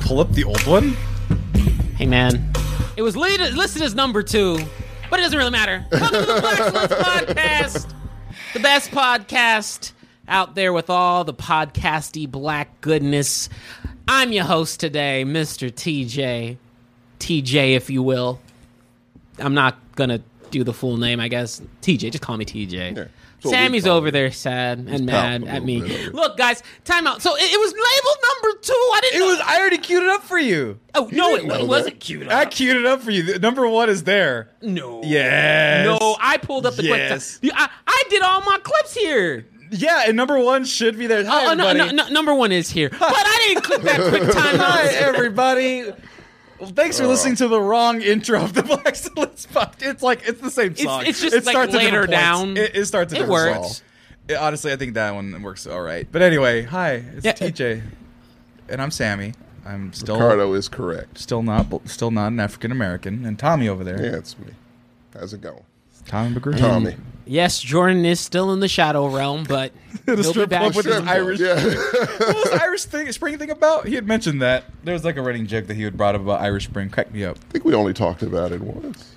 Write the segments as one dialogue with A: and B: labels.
A: pull up the old one?
B: Hey, man.
C: It was lead- listed as number two, but it doesn't really matter. Welcome to the Black Podcast, the best podcast out there with all the podcasty black goodness. I'm your host today, Mr. TJ. TJ, if you will. I'm not gonna do the full name, I guess. TJ, just call me TJ.
D: So
C: Sammy's
D: we call
C: over
D: you.
C: there, sad and mad
D: palpable
C: at me.
D: really.
C: Look, guys, time out. So it, it was labeled number two. I didn't.
A: It
C: know-
A: was. I already queued it up for you.
C: Oh no, it,
D: didn't know
C: it
D: that.
C: wasn't cute.
A: I queued it up for you. The- Number one is there.
C: No.
A: Yes.
C: No, I pulled up the
A: Yes.
C: quick time. I, I did all my clips here.
A: Yeah, and number one should be there. Hi,
C: oh, no,
A: everybody.
C: no, no, number one is here. But I didn't click that quick time.
A: Hi,
C: notice.
A: everybody. Well, thanks for
C: Oh.
A: listening to the wrong intro of the Black Silence Podcast. It's like it's the same song.
C: it's just,
A: it
C: like,
A: starts at different
C: later
A: points.
C: down.
A: It, it starts. At
C: It
A: different
C: works.
A: points. It- honestly, I think that one works all right. But anyway, hi, it's
C: Yeah.
A: TJ, and I'm Sammy. I'm still
D: Ricardo is correct.
A: still not bl- still not an African American, and Tommy over there.
D: Yeah, it's me. How's it going?
A: Tommy McGrew.
D: Tommy.
C: Yes, Jordan is still in the shadow realm, but
A: The
C: he'll be
A: strip
C: back.
A: club with his
C: soon.
A: Irish.
D: Yeah.
A: What was the Irish thing, spring thing about? He had mentioned that there was like a running joke that he had brought up about Irish spring. Cracked me up.
D: I think we only talked about it once.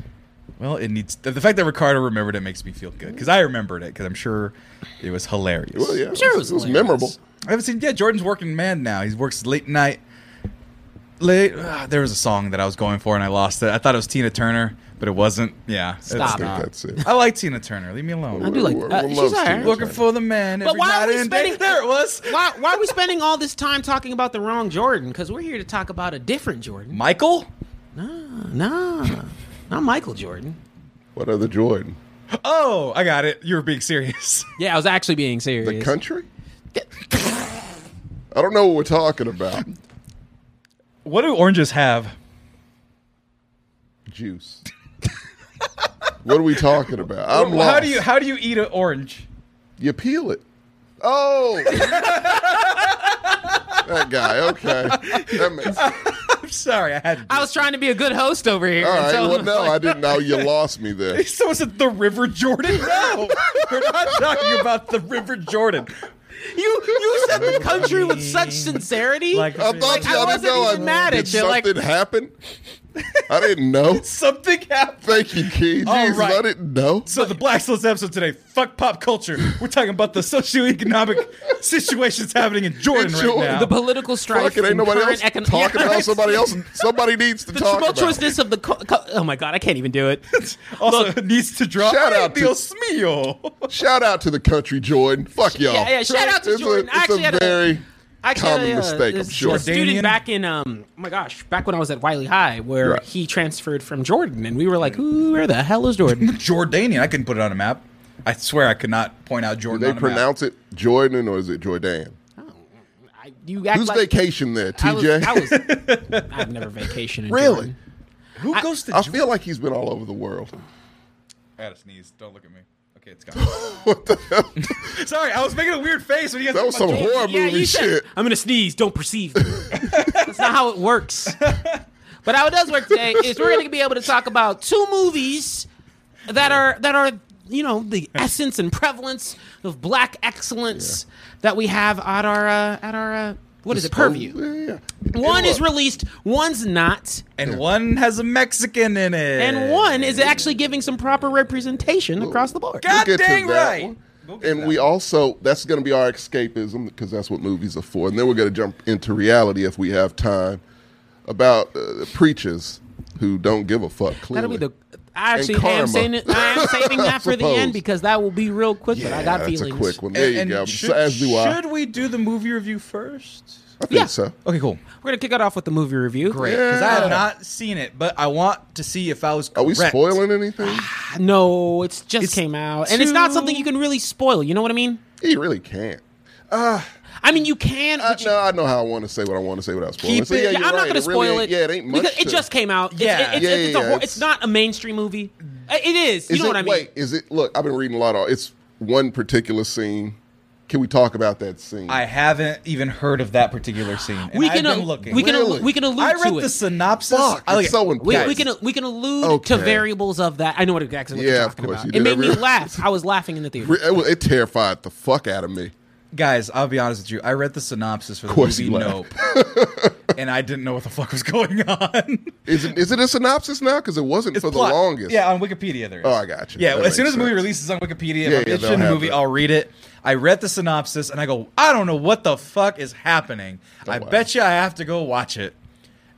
A: Well, it needs the, the fact that Ricardo remembered it makes me feel good because I remembered it because I'm sure it was hilarious.
D: Well, yeah.
C: sure it was
D: it was
C: hilarious.
D: memorable.
A: I haven't seen. Yeah, Jordan's working man now. He works late night. Late. ah, there was a song that I was going for and I lost it. I thought it was Tina Turner, but it wasn't. Yeah, it's
C: Stop.
D: I
A: not.
D: think that's it.
A: I like Tina Turner. Leave me alone.
C: I do like-
D: Everyone
C: uh, she's
D: loves
C: all right.
D: Tina
A: Looking
D: Turner.
A: for the man.
C: But
A: every
C: why are
A: night
C: we
A: and day.
C: spending-
A: There it was.
C: Why, why are we spending all this time talking about the wrong Jordan? Because we're here to talk about a different Jordan.
A: Michael.
C: Nah, not Michael Jordan.
D: What other Jordan?
A: Oh, I got it. You were being serious.
C: Yeah, I was actually being
D: The
C: serious.
D: country? I don't know what we're talking about.
A: what do oranges have?
D: Juice. what are we talking about? I'm
A: Well,
D: lost.
A: How do you how do you eat an orange?
D: You peel it. Oh. that guy. Okay. That makes. All
A: I'm sorry, I had. To do
C: I was trying to be a good host over here.
D: right.
C: so-
D: Well, no, I didn't know. You lost me there.
A: So is it the River Jordan? No, we're not talking about the River Jordan.
C: You you said the country with such sincerity.
A: Like-
D: I thought
A: Like,
D: you
C: I
D: I didn't
C: wasn't
D: know.
C: even
D: I,
C: mad
D: did
C: at you, like-
D: something happen? I didn't know.
A: Something happened.
D: Thank you, Key.
A: All
D: Jesus,
A: right.
D: I didn't know.
A: So the Black Slits episode today, fuck pop culture. We're talking about the socioeconomic situations happening in Jordan,
D: In Jordan.
A: right now.
C: the political strife.
D: Fuck it, ain't
C: and
D: nobody else
C: current econ-
D: talking
C: Yeah,
D: about
C: right.
D: somebody else. Somebody needs to
C: The
D: talk about.
C: tumultuousness of the. Co- co- oh my god, I can't even do it.
A: also it needs to drop.
D: Shout
A: Ay,
D: out to-
A: Dios mío.
D: Shout out to the country, Jordan. Fuck y'all.
C: yeah, yeah, shout out to
D: it's
C: Jordan. I uh,
D: A, it's
C: actually had
D: a
C: a-
D: very
C: I
D: common mistake, I'm sure.
A: Jordanian?
C: Student back in um, oh my gosh, back when I was at Wiley High, where
D: Right.
C: he transferred from Jordan, and we were like, "Ooh, where the hell is Jordan?"
A: Jordanian. I couldn't put it on a map. I swear I could not point out Jordan.
D: They
A: on a
D: pronounce it Jordan or is it Jordan?
C: I, you act
D: Who's
C: like
D: vacation there,
C: I was,
D: TJ?
C: I was, I've never vacationed. in
D: Really?
C: Jordan.
A: map. Who goes to
D: I
A: Jordan?
D: feel like he's been all over the world.
A: I had a sneeze. Don't look at me. Okay, it's gone. what the hell? Sorry, I was making a weird face when you guys.
D: That was some horror
C: Yeah,
D: movie
C: you said,
D: shit.
C: I'm gonna sneeze. Don't perceive. me." That's not how it works. But how it does work today is we're gonna be able to talk about two movies that are that are you know the essence and prevalence of black excellence that we have at our uh, at our uh, what is it purview?
D: Oh, Yeah, yeah.
C: One
D: Look,
C: is released, one's not,
A: And one has a Mexican in it.
C: and one is actually giving some proper representation across the board.
A: God
D: get to
A: dang
D: that
A: right.
D: one. And we also, that's going to be our escapism because that's what movies are for. And then we're going to jump into reality if we have time about uh, preachers who don't give a fuck. Clearly.
C: That'll be the. I actually
D: And
C: am
D: karma.
C: saving, it- I am saving that for the
D: Suppose.
C: end because that will be real quick.
D: yeah,
C: but I got
D: that's
C: feelings.
D: a quick one. There you
A: and
D: go.
A: Should,
D: As do I.
A: should we do the movie review first?
D: I think
C: Yeah.
D: so.
A: Okay, cool.
C: We're gonna kick it off with the movie review.
A: Great, because I
D: Yeah.
A: have not seen it, but I want to see if I was.
D: Are we
A: correct.
D: spoiling anything?
C: No, it's just
A: It's
C: came out, and it's not
A: too-
C: something you can really spoil. You know what I mean?
D: He really can't.
C: I mean, you can.
D: I,
C: but you-
D: Uh, no, I know how I want to say what I want to say without spoiling.
A: Keep
D: So,
A: it-
D: yeah,
C: yeah,
D: you're
C: I'm not
D: right.
C: gonna
D: It really
C: spoil
D: ain't-
C: it.
D: Yeah, it ain't much.
C: because it
D: to-
C: just came out. It's-
A: Yeah.
C: it- it's,
D: Yeah,
C: it's,
D: yeah,
C: a hor-
D: yeah,
C: it's
D: it's-
C: not a mainstream movie. Uh, It is. You
D: Is
C: know
D: it,
C: what I mean?
D: Wait, is it? Look, I've been reading a lot of. It's one particular scene. Can we talk about that scene?
A: I haven't even heard of that particular scene. and
C: we
A: I've
C: can.
A: been
C: al-
A: looking.
C: We can. al-
D: Really?
C: We can allude
A: I read
C: to
A: the
C: it.
A: synopsis.
D: Fuck,
A: I like
D: it's so
C: we,
D: important.
C: we can we can allude to
D: Okay.
C: variables of that. I know what exactly what
D: Yeah,
C: you're
D: of
C: talking
D: course
C: about.
D: you
C: It
D: did.
C: made me
D: Every-
C: laugh. I was laughing in the theater.
D: It, was- it terrified the fuck out of me.
A: guys. I'll be honest with you. I read the synopsis for the
D: course
A: movie
D: you
A: Nope, and I didn't know what the fuck was going on.
D: Is it, is it a synopsis now? Because it wasn't for
A: plot-
D: the longest.
A: Yeah, on Wikipedia there is.
D: Oh, I got you.
A: Yeah,
D: That
A: as soon as
D: makes
A: the movie
D: sense.
A: releases on Wikipedia, if
D: Yeah,
A: I'm
D: yeah,
A: interested
D: they'll
A: in the
D: have
A: movie,
D: it.
A: I'll read it. I read the synopsis and I go, I don't know what the fuck is happening. I
D: wow.
A: bet you I have to go watch it.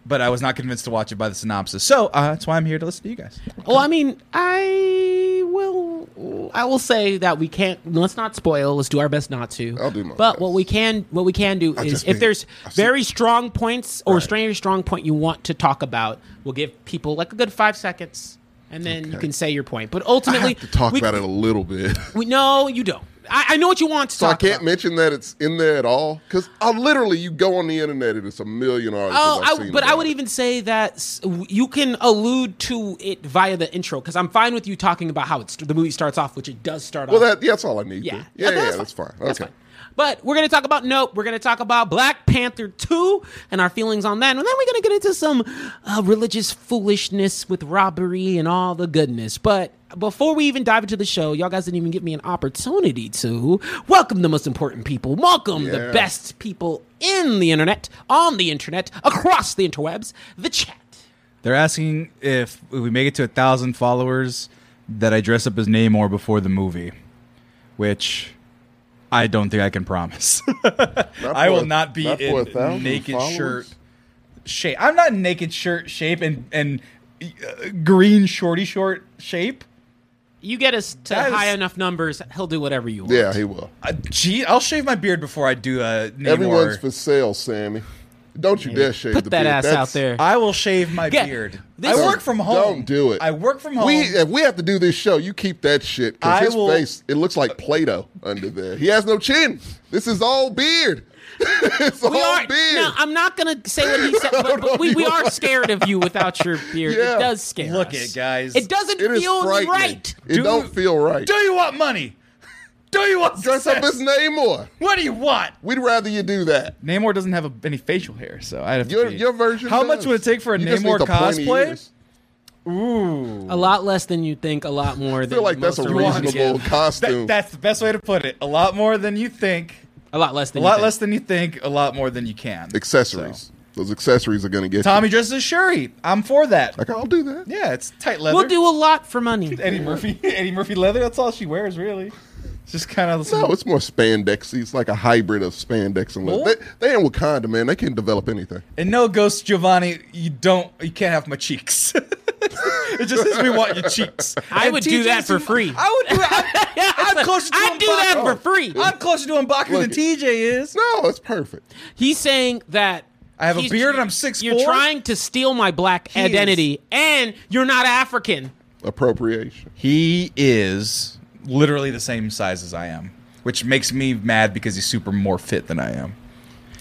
A: But I was not convinced to watch it by the synopsis. So uh, that's why I'm here to listen to you guys.
C: Well, I mean, I will. I will say that we can't. Let's not spoil. Let's do our best not to.
D: I'll do my
C: But
D: best.
C: what we can, what we can do is,
D: just
C: if
D: think-
C: there's
D: I've seen-
C: very strong points or very strong point you want to talk about, we'll give people like a good five seconds, and then you
D: Okay.
C: can say your point. But
D: I
C: ultimately,
D: have to talk
C: we,
D: about it a little bit.
C: We, no, you don't. I, I know what you want to
D: So I
C: talk
D: can't
C: about.
D: mention that it's in there at all because I literally you go on the internet and it's a million articles.
C: Oh,
D: I've
C: I,
D: seen
C: but I
D: about
C: would
D: it.
C: even say that s- you can allude to it via the intro because I'm fine with you talking about how it's, the movie starts off, which it does start
D: Well,
C: off.
D: that yeah, that's all I need.
C: Yeah.
D: Yeah, yeah,
C: Okay,
D: yeah,
C: that's
D: that's fine.
C: That's
D: Okay,
C: fine. But we're going to talk about Nope. We're going to talk about Black Panther 2 and our feelings on that. And then we're going to get into some uh, religious foolishness with robbery and all the goodness. But before we even dive into the show, y'all guys didn't even give me an opportunity to welcome the most important people, welcome the
D: Yeah.
C: best people in the internet, on the internet, across the interwebs, the chat.
A: They're asking if we make it to a thousand followers that I dress up as Namor before the movie, which I don't think I can promise. I
D: for
A: will
D: a-
A: not be
D: not for a
A: in
D: thousand
A: naked
D: followers?
A: shirt shape. I'm not in naked shirt shape and and uh, green shorty short shape.
C: You get us to
A: That is-
C: high enough numbers, he'll do whatever you want.
D: yeah, he will.
A: Uh, gee, I'll shave my beard before I do uh, a Namor.
D: Everyone's for sale, Sammy. Don't you dare shave
C: Put
D: the
C: that
D: beard.
C: ass out
D: That's-
C: there.
A: I will shave my
C: Get-
A: beard.
C: this-
A: I work from home.
D: Don't do it.
A: I work from home.
D: We uh, if we have to do this show, you keep that shit because
A: I
D: his
A: will-
D: face it looks like Play-Doh under there. He has no chin. This is all beard. it's
C: We
D: all
C: are.
D: beard.
C: No, I'm not gonna say what he said, but, but we, we are scared of you without your beard.
D: Yeah.
C: It does scare
A: Look
C: us.
A: it, guys.
C: It doesn't
D: It is
C: feel
D: frightening.
C: right.
D: It do, not feel right.
A: Do you want money? Do you want
D: Dress up
A: success?
D: as Namor.
A: What do you want?
D: We'd rather you do that.
A: Namor doesn't have a, any facial hair, so I have to
D: Your
A: be-
D: your version.
A: How
D: does.
A: much would it take for a
D: You just
A: Namor
D: need the pointy
A: cosplay?
D: ears.
A: Ooh,
C: A lot less than you think. A lot more
D: I
C: than
D: feel like that's
C: most
D: a
C: are willing to
D: reasonable
C: give.
D: costume.
A: That- that's the best way to put it. A lot more than you think.
C: A lot less
A: A
C: than. you
A: lot
C: think.
A: less than you think. A lot more than you can.
D: accessories. Those accessories are going to get
A: Tommy dresses as Shuri. I'm for that.
D: You. Like I'll do that.
A: Yeah, it's tight leather.
C: We'll do a lot for money.
A: Eddie Murphy. Eddie Murphy leather. That's all she wears, really. It's just kind of
D: No, it's more spandex. It's like a hybrid of spandex and leather.
A: What?
D: They, they in Wakanda, man. They can develop anything.
A: And no, Ghost Giovanni, you don't, you can't have my cheeks. it just says we want your cheeks.
C: I
A: And
C: would
A: TJ
C: do that for
A: seems-
C: free.
A: I would do it. I'm, I'm closer to
C: I'd do that
A: M'Baku.
C: for free.
A: I'm closer to Mbaku
D: Look
A: than
D: it.
A: TJ is.
D: No, it's perfect.
C: He's saying that.
A: I have a
C: he's-
A: beard and I'm 6'4"?
C: You're trying to steal my
A: is-
C: black identity, and you're not African.
D: Appropriation.
A: He is literally the same size as I am, which makes me mad because he's super more fit than I am.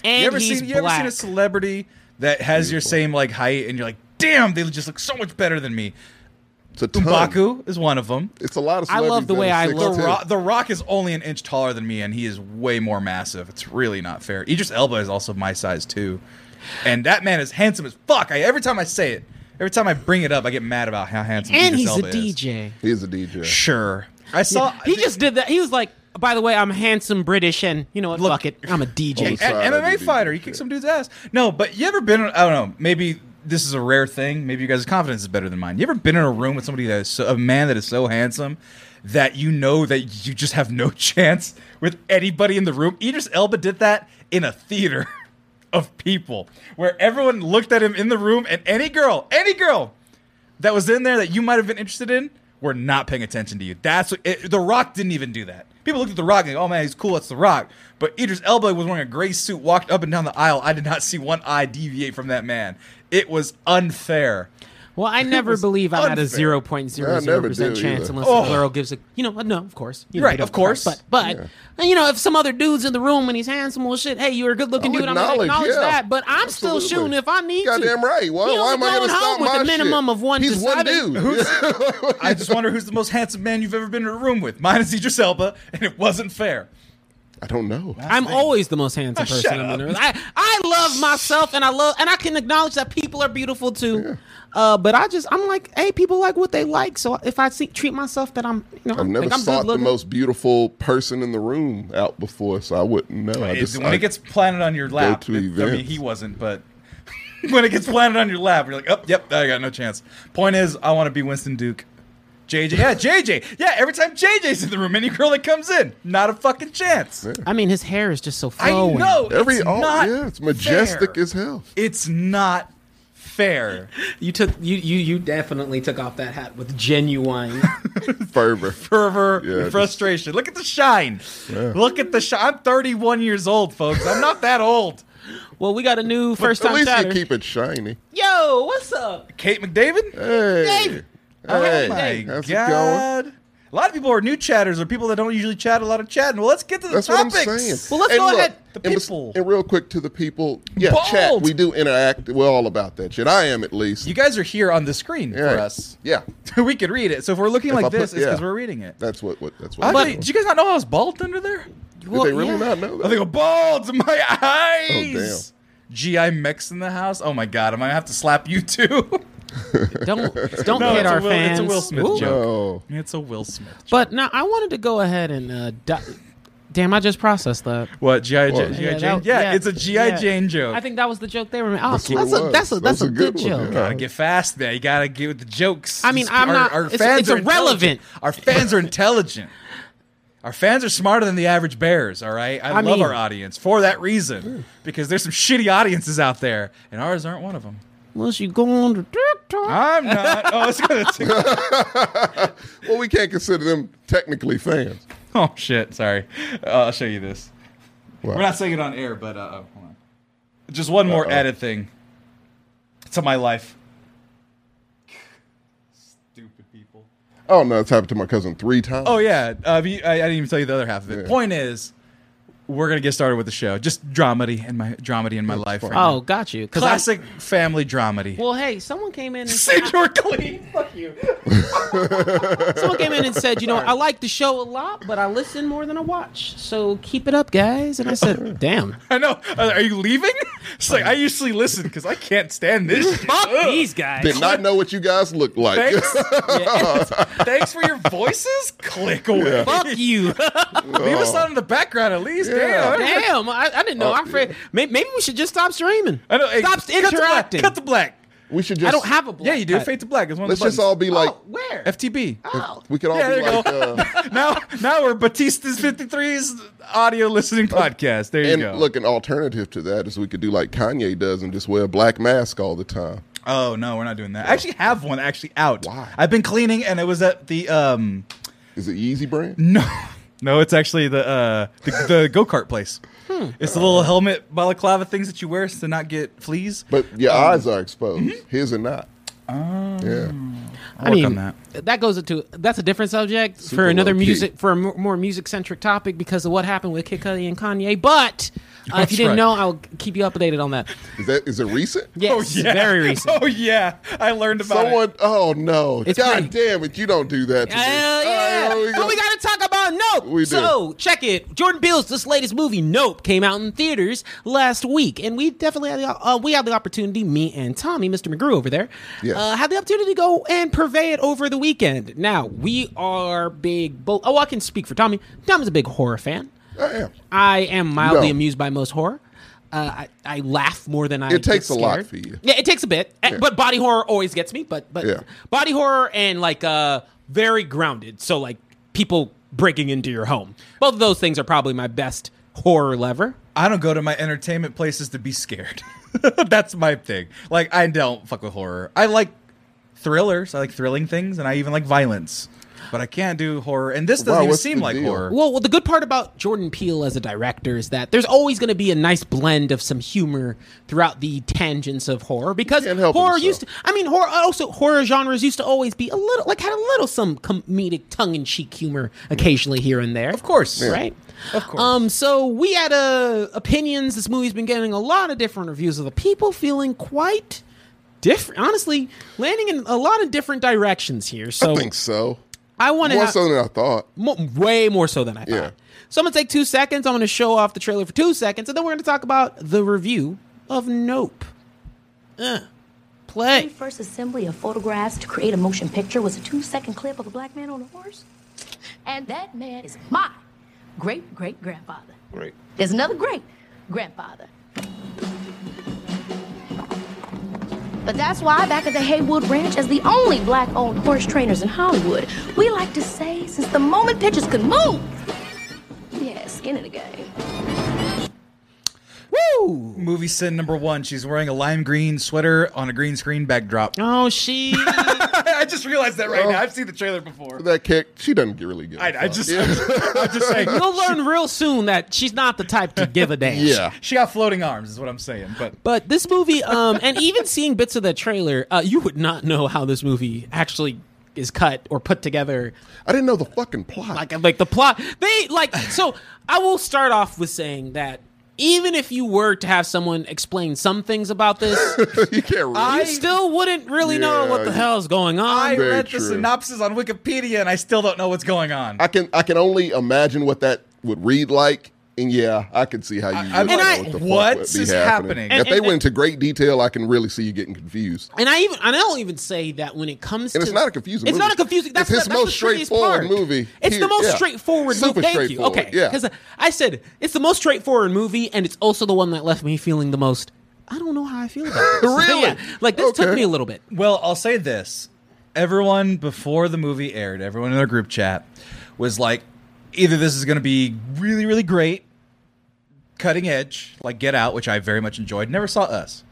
C: And
A: You ever
C: he's
A: seen you ever
C: black.
A: seen a celebrity that has your same like height and you're like, damn, they just look so much better than me.
D: It's a ton.
A: Mbaku is one of them.
D: It's a lot of.
C: I love the way I
A: The
C: look. Too.
A: Rock, the Rock is only an inch taller than me, and he is way more massive. It's really not fair. Idris Elba is also my size too, and that man is handsome as fuck. I, every time I say it, every time I bring it up, I get mad about how handsome.
C: and
A: Idris
C: he's a
A: Elba is.
C: DJ.
D: He's a DJ.
A: Sure, I saw.
C: he just did that. He was like, by the way, I'm handsome British, and you know what?
A: Look-
C: fuck it. I'm a DJ.
D: Sorry, I
A: an MMA
D: didn't do
A: fighter.
D: that
A: You kick
D: shit.
A: some dude's ass. No, but you ever been? in- I don't know. Maybe this is a rare thing. Maybe you guys' confidence is better than mine. You ever been in a room with somebody that is so, a man that is so handsome that you know that you just have no chance with anybody in the room? Idris Elba did that in a theater of people where everyone looked at him in the room, and any girl, any girl that was in there that you might have been interested in were not paying attention to you. That's what it, The Rock didn't even do that. People looked at The Rock and go, oh man, he's cool, that's The Rock. But Idris Elba was wearing a gray suit, walked up and down the aisle. I did not see one eye deviate from that man. It was unfair.
C: Well, I never
A: was
C: believe I'm at a
A: unfair.
C: zero point zero
D: I never
C: zero
D: do
C: percent chance
D: either.
C: unless
A: Oh.
C: the girl gives a. You know, no, of course. You know,
A: Right,
C: you don't
A: of course.
C: But, but and, you know, if some other dude's in the room and he's handsome, well, shit. Hey, you're a good looking
D: I'll
C: dude. I'm gonna
D: Oh,
C: acknowledge
D: acknowledge, yeah.
C: that. But I'm still
D: Absolutely.
C: shooting if I need to.
D: Goddamn right. Why,
C: He
D: why
C: only
D: am I going
C: going
D: to
C: home
D: stop
C: with
D: my
C: a minimum
D: shit?
C: of one
D: He's one
C: deciding-
D: dude.
A: I just wonder who's the most handsome man you've ever been in a room with. Mine is Idris Elba, and it wasn't fair.
D: I don't know.
C: I'm always the most handsome
A: shut
C: person. I'm in
A: up.
C: the room. I I love myself, and I love, and I can acknowledge that people are beautiful too. Uh, but I just I'm like, hey, people like what they like. So if I see, treat myself that I'm, you know,
D: I've
C: I
D: never
C: think I'm
D: sought
C: good
D: the
C: looking.
D: most beautiful person in the room out before, so I wouldn't know. I
A: It-
D: just,
A: when
D: I,
A: it gets planted on your lap,
D: to
A: it- I mean,
D: events.
A: he wasn't, but when it gets planted on your lap, you're like, oh, yep, I got no chance. Point is, I want to be Winston Duke. JJ, yeah, JJ, yeah. Every time JJ's in the room, any girl that comes in, not a fucking chance.
C: I mean, his hair is just so
A: I
C: flowing.
A: know
D: Every
A: it's
D: all,
A: not
D: yeah, it's majestic
A: fair.
D: as hell.
A: It's not fair.
B: You took you you you definitely took off that hat with genuine.
D: Fervor.
A: fervor
D: Yeah,
A: and
D: just-
A: frustration. Look at the shine. Look at the shine. I'm 31 years old, folks. I'm not that old.
C: Well, we got a new first
D: At
C: time
D: least
C: chatter.
D: you keep it shiny.
C: Yo, what's up?
A: Kate McDavid?
D: Hey,
C: David.
D: hey,
A: oh my
D: how's it going?
A: god. A lot of people are new chatters or people that don't usually chat a lot of chatting. Well, let's get to the
D: That's
A: topics.
D: what I'm saying.
A: Well, let's
D: And
A: go
D: look,
A: ahead. The
D: and bes-
A: people.
D: And real quick to the people. Yeah, chat.
A: Bold.
D: We do interact. We're all about that shit. I am at least.
A: you guys are here on the screen
D: Yeah.
A: for us.
D: Yeah,
A: we could read it. So if we're looking like
D: I put-
A: this, it's because
D: yeah.
A: we're reading it.
D: that's what. what that's what.
A: I
D: we're
A: thought-
D: doing.
A: did you guys not know I was bald under there?
D: Did they really not know
A: I
D: that?
A: think a bald in my
D: damn.
A: eyes. GI Mex in the house. Oh my god, I might have to slap you too.
C: Don't don't
A: No,
C: hit
A: it's a
C: our
A: Will- it's a
C: fans.
A: Will Smith
C: Ooh.
A: joke.
D: Oh,
A: It's a Will Smith.
C: But now I wanted to go ahead and uh, di- damn, I just processed that.
A: What GI Jane?
D: What?
A: GI Jane? Yeah,
C: that- yeah,
A: it's a GI
C: yeah.
A: Jane joke.
C: I think that was the joke they were. Oh,
D: That's
C: that's,
D: what it
C: a
D: was.
C: that's a that's, a, good,
D: one,
C: joke.
D: yeah.
A: gotta get fast there. You gotta get with the jokes.
C: I mean, I'm
A: our,
C: not-
A: Our
C: it's-
A: fans
C: it's
A: are
C: irrelevant.
A: intelligent. Our fans are intelligent. Our fans are smarter than the average bears. All right, I,
C: I
A: love
C: mean-
A: our audience for that reason because there's some shitty audiences out there, and ours aren't one of them.
C: Unless you go on to TikTok.
A: I'm not. Oh, it's gonna.
D: well, we can't consider them technically fans.
A: oh shit! Sorry. Uh, I'll show you this.
D: Wow.
A: We're not saying it on air, but uh, oh, hold on. Just one more
D: Uh-oh.
A: added thing to my life. Stupid people.
D: Oh no, it's happened to my cousin three times.
A: Oh yeah, uh, if you- I, I didn't even tell you the other half of it.
D: Yeah.
A: Point is, we're gonna get started with the show. Just dramedy in my dramedy in my life.
D: fine.
A: Right now.
C: Oh, got you. 'Cause I-
A: classic family dramedy.
C: well, hey, someone came in. And,
A: Sid, you're clean.
C: someone came in and said, you know, I like the show a lot, but I listen more than I watch. So keep it up, guys. And I said, damn,
A: I know. Uh, Are you leaving? It's like I usually listen because I can't stand this.
C: fuck these guys.
D: Did not know what you guys look like.
A: Thanks. Thanks for your voices. Click away.
C: Fuck you.
A: Leave us out in the background at least.
D: Yeah.
A: Damn.
C: Damn, I, I didn't know.
D: Oh,
C: our friend, may- maybe we should just stop streaming.
A: Uh, I know. hey,
C: stop
A: cut to black,
C: interacting.
A: Cut the black.
D: we should just.
C: I don't have a black.
A: Yeah, you do.
C: hat.
A: Fade to black is one
D: Let's
A: of the
D: just all be like.
C: oh, where?
A: FTB.
C: oh.
D: We could all
A: Yeah,
D: be
A: there you
D: like. Uh,
A: now, now we're Batista's 53's audio listening podcast. There you
D: Oh, and
A: go.
D: look, an alternative to that is we could do like Kanye does and just wear a black mask all the time.
A: oh no, we're not doing that. I actually have one actually out.
D: Why?
A: I've been cleaning, and it was at the um.
D: Is it Yeezy brand?
A: No, no, it's actually the uh the, the go kart place.
D: Hmm.
A: It's the little helmet balaclava things that you wear to not get fleas.
D: But your
A: Um,
D: eyes are exposed.
A: mm-hmm.
D: His are not.
A: Oh.
D: yeah.
A: I'll work on that.
C: goes into that's a different subject for
D: Super
C: another
D: low-key.
C: music for a mo- more music centric topic because of what happened with Kid Cudi and Kanye. But uh, if
A: That's
C: you didn't
A: right.
C: know, I'll keep you updated on that.
D: Is that is it recent?
C: Yes,
A: oh yeah,
C: very recent.
A: Oh yeah, I learned about it.
D: Someone. Oh no!
C: It's
D: God
C: me.
D: damn it! You don't do that. To
C: Uh,
D: me. All right,
C: yeah,
D: here
A: Oh,
C: but we got to talk about Nope.
D: We do.
C: so check it. Jordan Peele's this latest movie, Nope, came out in theaters last week, and we definitely had the, uh, we had the opportunity. Me and Tommy, Mr. McGrew over there,
D: Yes.
C: uh, had the opportunity to go and purvey it over the weekend. Now we are big. Bo- oh, I can speak for Tommy. Tommy's a big horror fan.
D: I am.
C: I am mildly
D: No.
C: amused by most horror. Uh, I, I laugh more than I.
D: It takes
C: get
D: a lot
C: scared.
D: for you.
C: Yeah, it takes a bit, Uh, but body horror always gets me. But but
D: Yeah.
C: body horror and like uh very grounded. So like people breaking into your home. Both of those things are probably my best horror lever.
A: I don't go to my entertainment places to be scared. That's my thing. Like I don't fuck with horror. I like thrillers. I like thrilling things, and I even like violence. But I can't do horror, and this doesn't
D: Wow,
A: even
D: what's
A: seem
D: the
A: like
D: deal?
A: horror.
C: Well, well, the good part about Jordan Peele as a director is that there's always going to be a nice blend of some humor throughout the tangents of horror because
D: Can't help
C: horror
D: himself.
C: used to. I mean, horror also horror genres used to always be a little like had a little some comedic tongue in cheek humor occasionally here and there.
A: Of course,
C: right?
A: Of course.
C: Um, so we had uh, opinions. This movie's been getting a lot of different reviews of the people feeling quite different. Honestly, landing in a lot of different directions here. So
D: I think so.
C: I want to
D: More so than I thought.
C: Mo way more so than I thought.
D: Yeah.
C: So I'm gonna take two seconds. I'm gonna show off the trailer for two seconds, and then we're gonna talk about the review of Nope. Uh, play.
E: very first assembly of photographs to create a motion picture was a two-second clip of a black man on a horse. And that man is my great great grandfather. Great. There's another great grandfather. But that's why back at the Haywood Ranch, as the only black-owned horse trainers in Hollywood, we like to say since the moment pitchers could move, yeah, skin in the game.
C: Woo!
A: Movie sin number one. She's wearing a lime green sweater on a green screen backdrop.
C: Oh, she.
A: I just realized that right now. I've seen the trailer before.
D: That kick, she doesn't get really good.
A: I, I just, I'm just saying.
C: You'll learn real soon that she's not the type to give a damn.
D: yeah.
A: She got floating arms, is what I'm saying. But
C: But this movie, um, and even seeing bits of the trailer, uh, you would not know how this movie actually is cut or put together.
D: I didn't know the fucking plot.
C: Like, like the plot, they like. So I will start off with saying that even if you were to have someone explain some things about this,
D: you can't really.
C: you still wouldn't really know what the
D: Yeah,
C: hell's going
A: I
C: on.
D: Very
A: read the
D: true.
A: synopsis on Wikipedia and I still don't know what's going on.
D: I can I can only imagine what that would read like. And yeah, I can see how you.
A: I-
D: would know
A: and
C: I-
D: what the fuck
A: what's
D: would be
A: is happening?
D: If
A: And-
D: they went into great detail, I can really see you getting confused.
C: and I even and I don't even say that when it comes
D: And
C: to
D: it's not a confusing
C: It's
D: movie.
C: not a confusing.
D: It's
C: That's
D: his
C: the, that's
D: most
C: the trickiest
D: straightforward
C: part.
D: movie
C: It's
D: here.
C: the most
D: Yeah.
C: straightforward
D: Super
C: movie. Thank
D: straightforward,
C: you. Okay.
D: yeah.
C: Because I said it's the most straightforward movie, and it's also the one that left me feeling the most. I don't know how I feel about this.
D: Really?
C: Yeah. Like this took
D: Okay.
C: me a little bit.
A: Well, I'll say this. Everyone before the movie aired, everyone in our group chat was like, either this is going to be really, really great, cutting edge, like Get Out, which I very much enjoyed, never saw us,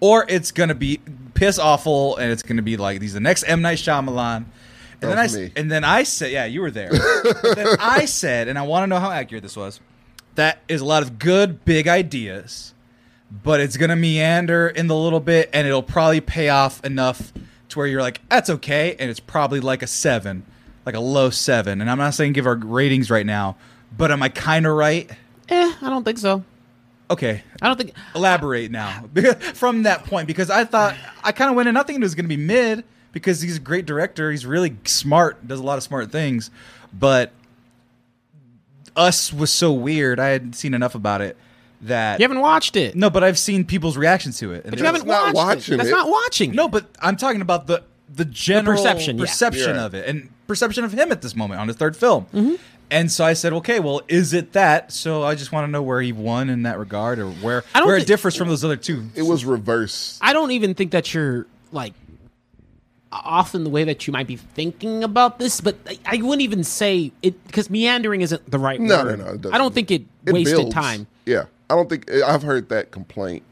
A: or it's going to be piss awful and it's going to be like, these are the next M. Night Shyamalan. And then, I,
D: That was
A: s-
D: me.
A: and then I said, yeah, you were there. And then I said, and I want to know how accurate this was, that is a lot of good, big ideas but it's gonna meander in the little bit and it'll probably pay off enough to where you're like that's okay and it's probably like a seven like a low seven and i'm not saying give our ratings right now but am i kind of right
C: Eh, I don't think so.
A: okay
C: I don't think.
A: elaborate now from that point because i thought i kind of went in not thinking it was gonna be mid because he's a great director he's really smart does a lot of smart things but us was so weird i hadn't seen enough about it that
C: You haven't watched it.
A: no but i've seen people's reactions to it and
C: but
A: they're
C: you haven't watched
D: not watching
C: it. That's
D: it.
C: not watching. it.
A: No, but I'm talking about the the general
C: perception, yeah.
A: perception
D: Yeah.
A: of it and perception of him at this moment on his third film.
C: Mm-hmm.
A: And so I said, okay, well, is it that? So I just want to know where he won in that regard, or where
C: I don't
A: where
C: thi-
A: it differs from those other two.
D: It was reverse.
C: I don't even think that you're like off in the way that you might be thinking about this, but I, I wouldn't even say it because meandering isn't the right
D: No,
C: word.
D: no, no. it doesn't.
C: I don't think it,
D: It
C: wasted
D: builds.
C: time.
D: Yeah, I don't think eh, I've heard that complaint,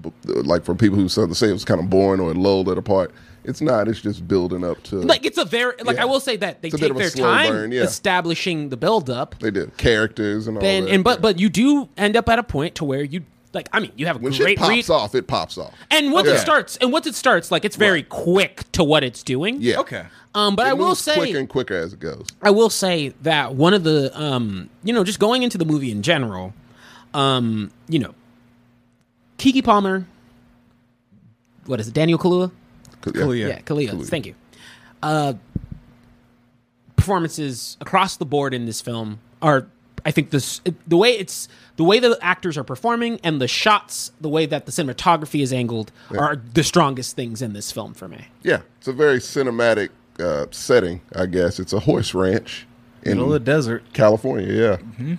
D: b- like from people who said- say it was kind of boring or it lulled it apart. It's not. It's just building up to
C: Like it's a very like
D: Yeah.
C: I will say that they
D: It's a bit
C: take
D: of a
C: their
D: slow
C: time
D: burn, yeah.
C: establishing the buildup,
D: they did characters and all
C: and,
D: that.
C: and but but you do end up at a point to where you like I mean you have a
D: when shit
C: great
D: pops
C: read.
D: off, it pops off.
C: And once
D: Yeah.
C: it starts, and once it starts, like it's very quick to what it's doing.
D: Yeah.
A: Okay,
C: Um, but
D: It
C: I will
D: moves
C: say,
D: quicker and quicker as it goes.
C: I will say that one of the um, you know, just going into the movie in general, um, you know, Kiki Palmer, what is it, Daniel Kalua?
D: 'Cause-
A: cool.
C: Yeah,
A: Yeah,
C: Kalia. Thank you. Uh, performances across the board in this film are, I think, this the way it's the way the actors are performing and the shots, the way that the cinematography is angled, are the strongest things in this film for me.
D: Yeah, it's a very cinematic uh, setting, I guess. It's a horse ranch in
A: middle of the desert.
D: California, yeah.
A: Mm-hmm.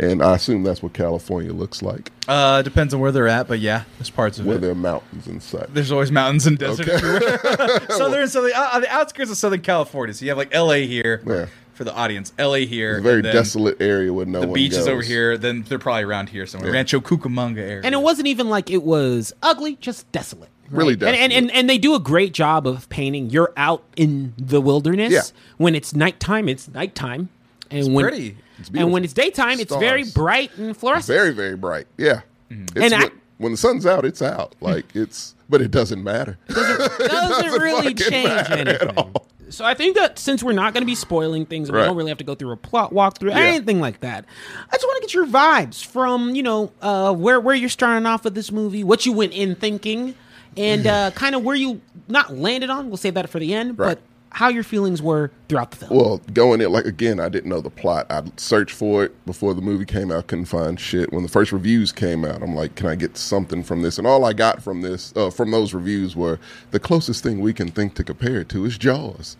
D: And I assume that's what California looks like,
A: Uh, depends on where they're at, but yeah, there's parts of
D: where
A: it.
D: there are mountains and such.
A: There's always mountains and desert everywhere. southern, southern, uh, on the outskirts of Southern California. So you have like L.A. here
D: Yeah.
A: for the audience, L.A. here,
D: It's a very
A: and then
D: desolate area where no
A: The
D: one
A: beach is
D: goes.
A: over here. Then they're probably around here somewhere,
D: Yeah.
A: Rancho Cucamonga area.
C: And it wasn't even like it was ugly, just desolate.
D: Really
C: And- And, and, and,
D: desolate.
C: they do a great job of painting. You're out in the wilderness.
D: Yeah.
C: When it's nighttime, it's nighttime. And when,
A: pretty. It's
C: and when it's daytime, it's very
D: Stars.
C: bright and fluorescent.
D: Very, very bright, yeah. It's
A: Mm-hmm.
C: And I-
D: when, when the sun's out, it's out. Like, it's, but it doesn't matter.
C: doesn't, really
D: fucking
C: change
D: matter at
C: anything.
D: all.
C: So I think that since we're not going to be spoiling things, and we
D: Right.
C: don't really have to go through a plot walkthrough or
D: Yeah.
C: anything like that. I just want to get your vibes from you know uh, where where you're starting off with this movie, what you went in thinking, and uh, kind of where you not landed on. We'll save that for the end,
D: Mm. Right.
C: but how your feelings were throughout the film.
D: Well, going in, like, again, I didn't know the plot. I searched for it before the movie came out, couldn't find shit. When the first reviews came out, I'm like, can I get something from this? And all I got from this, uh, from those reviews, were the closest thing we can think to compare it to is Jaws.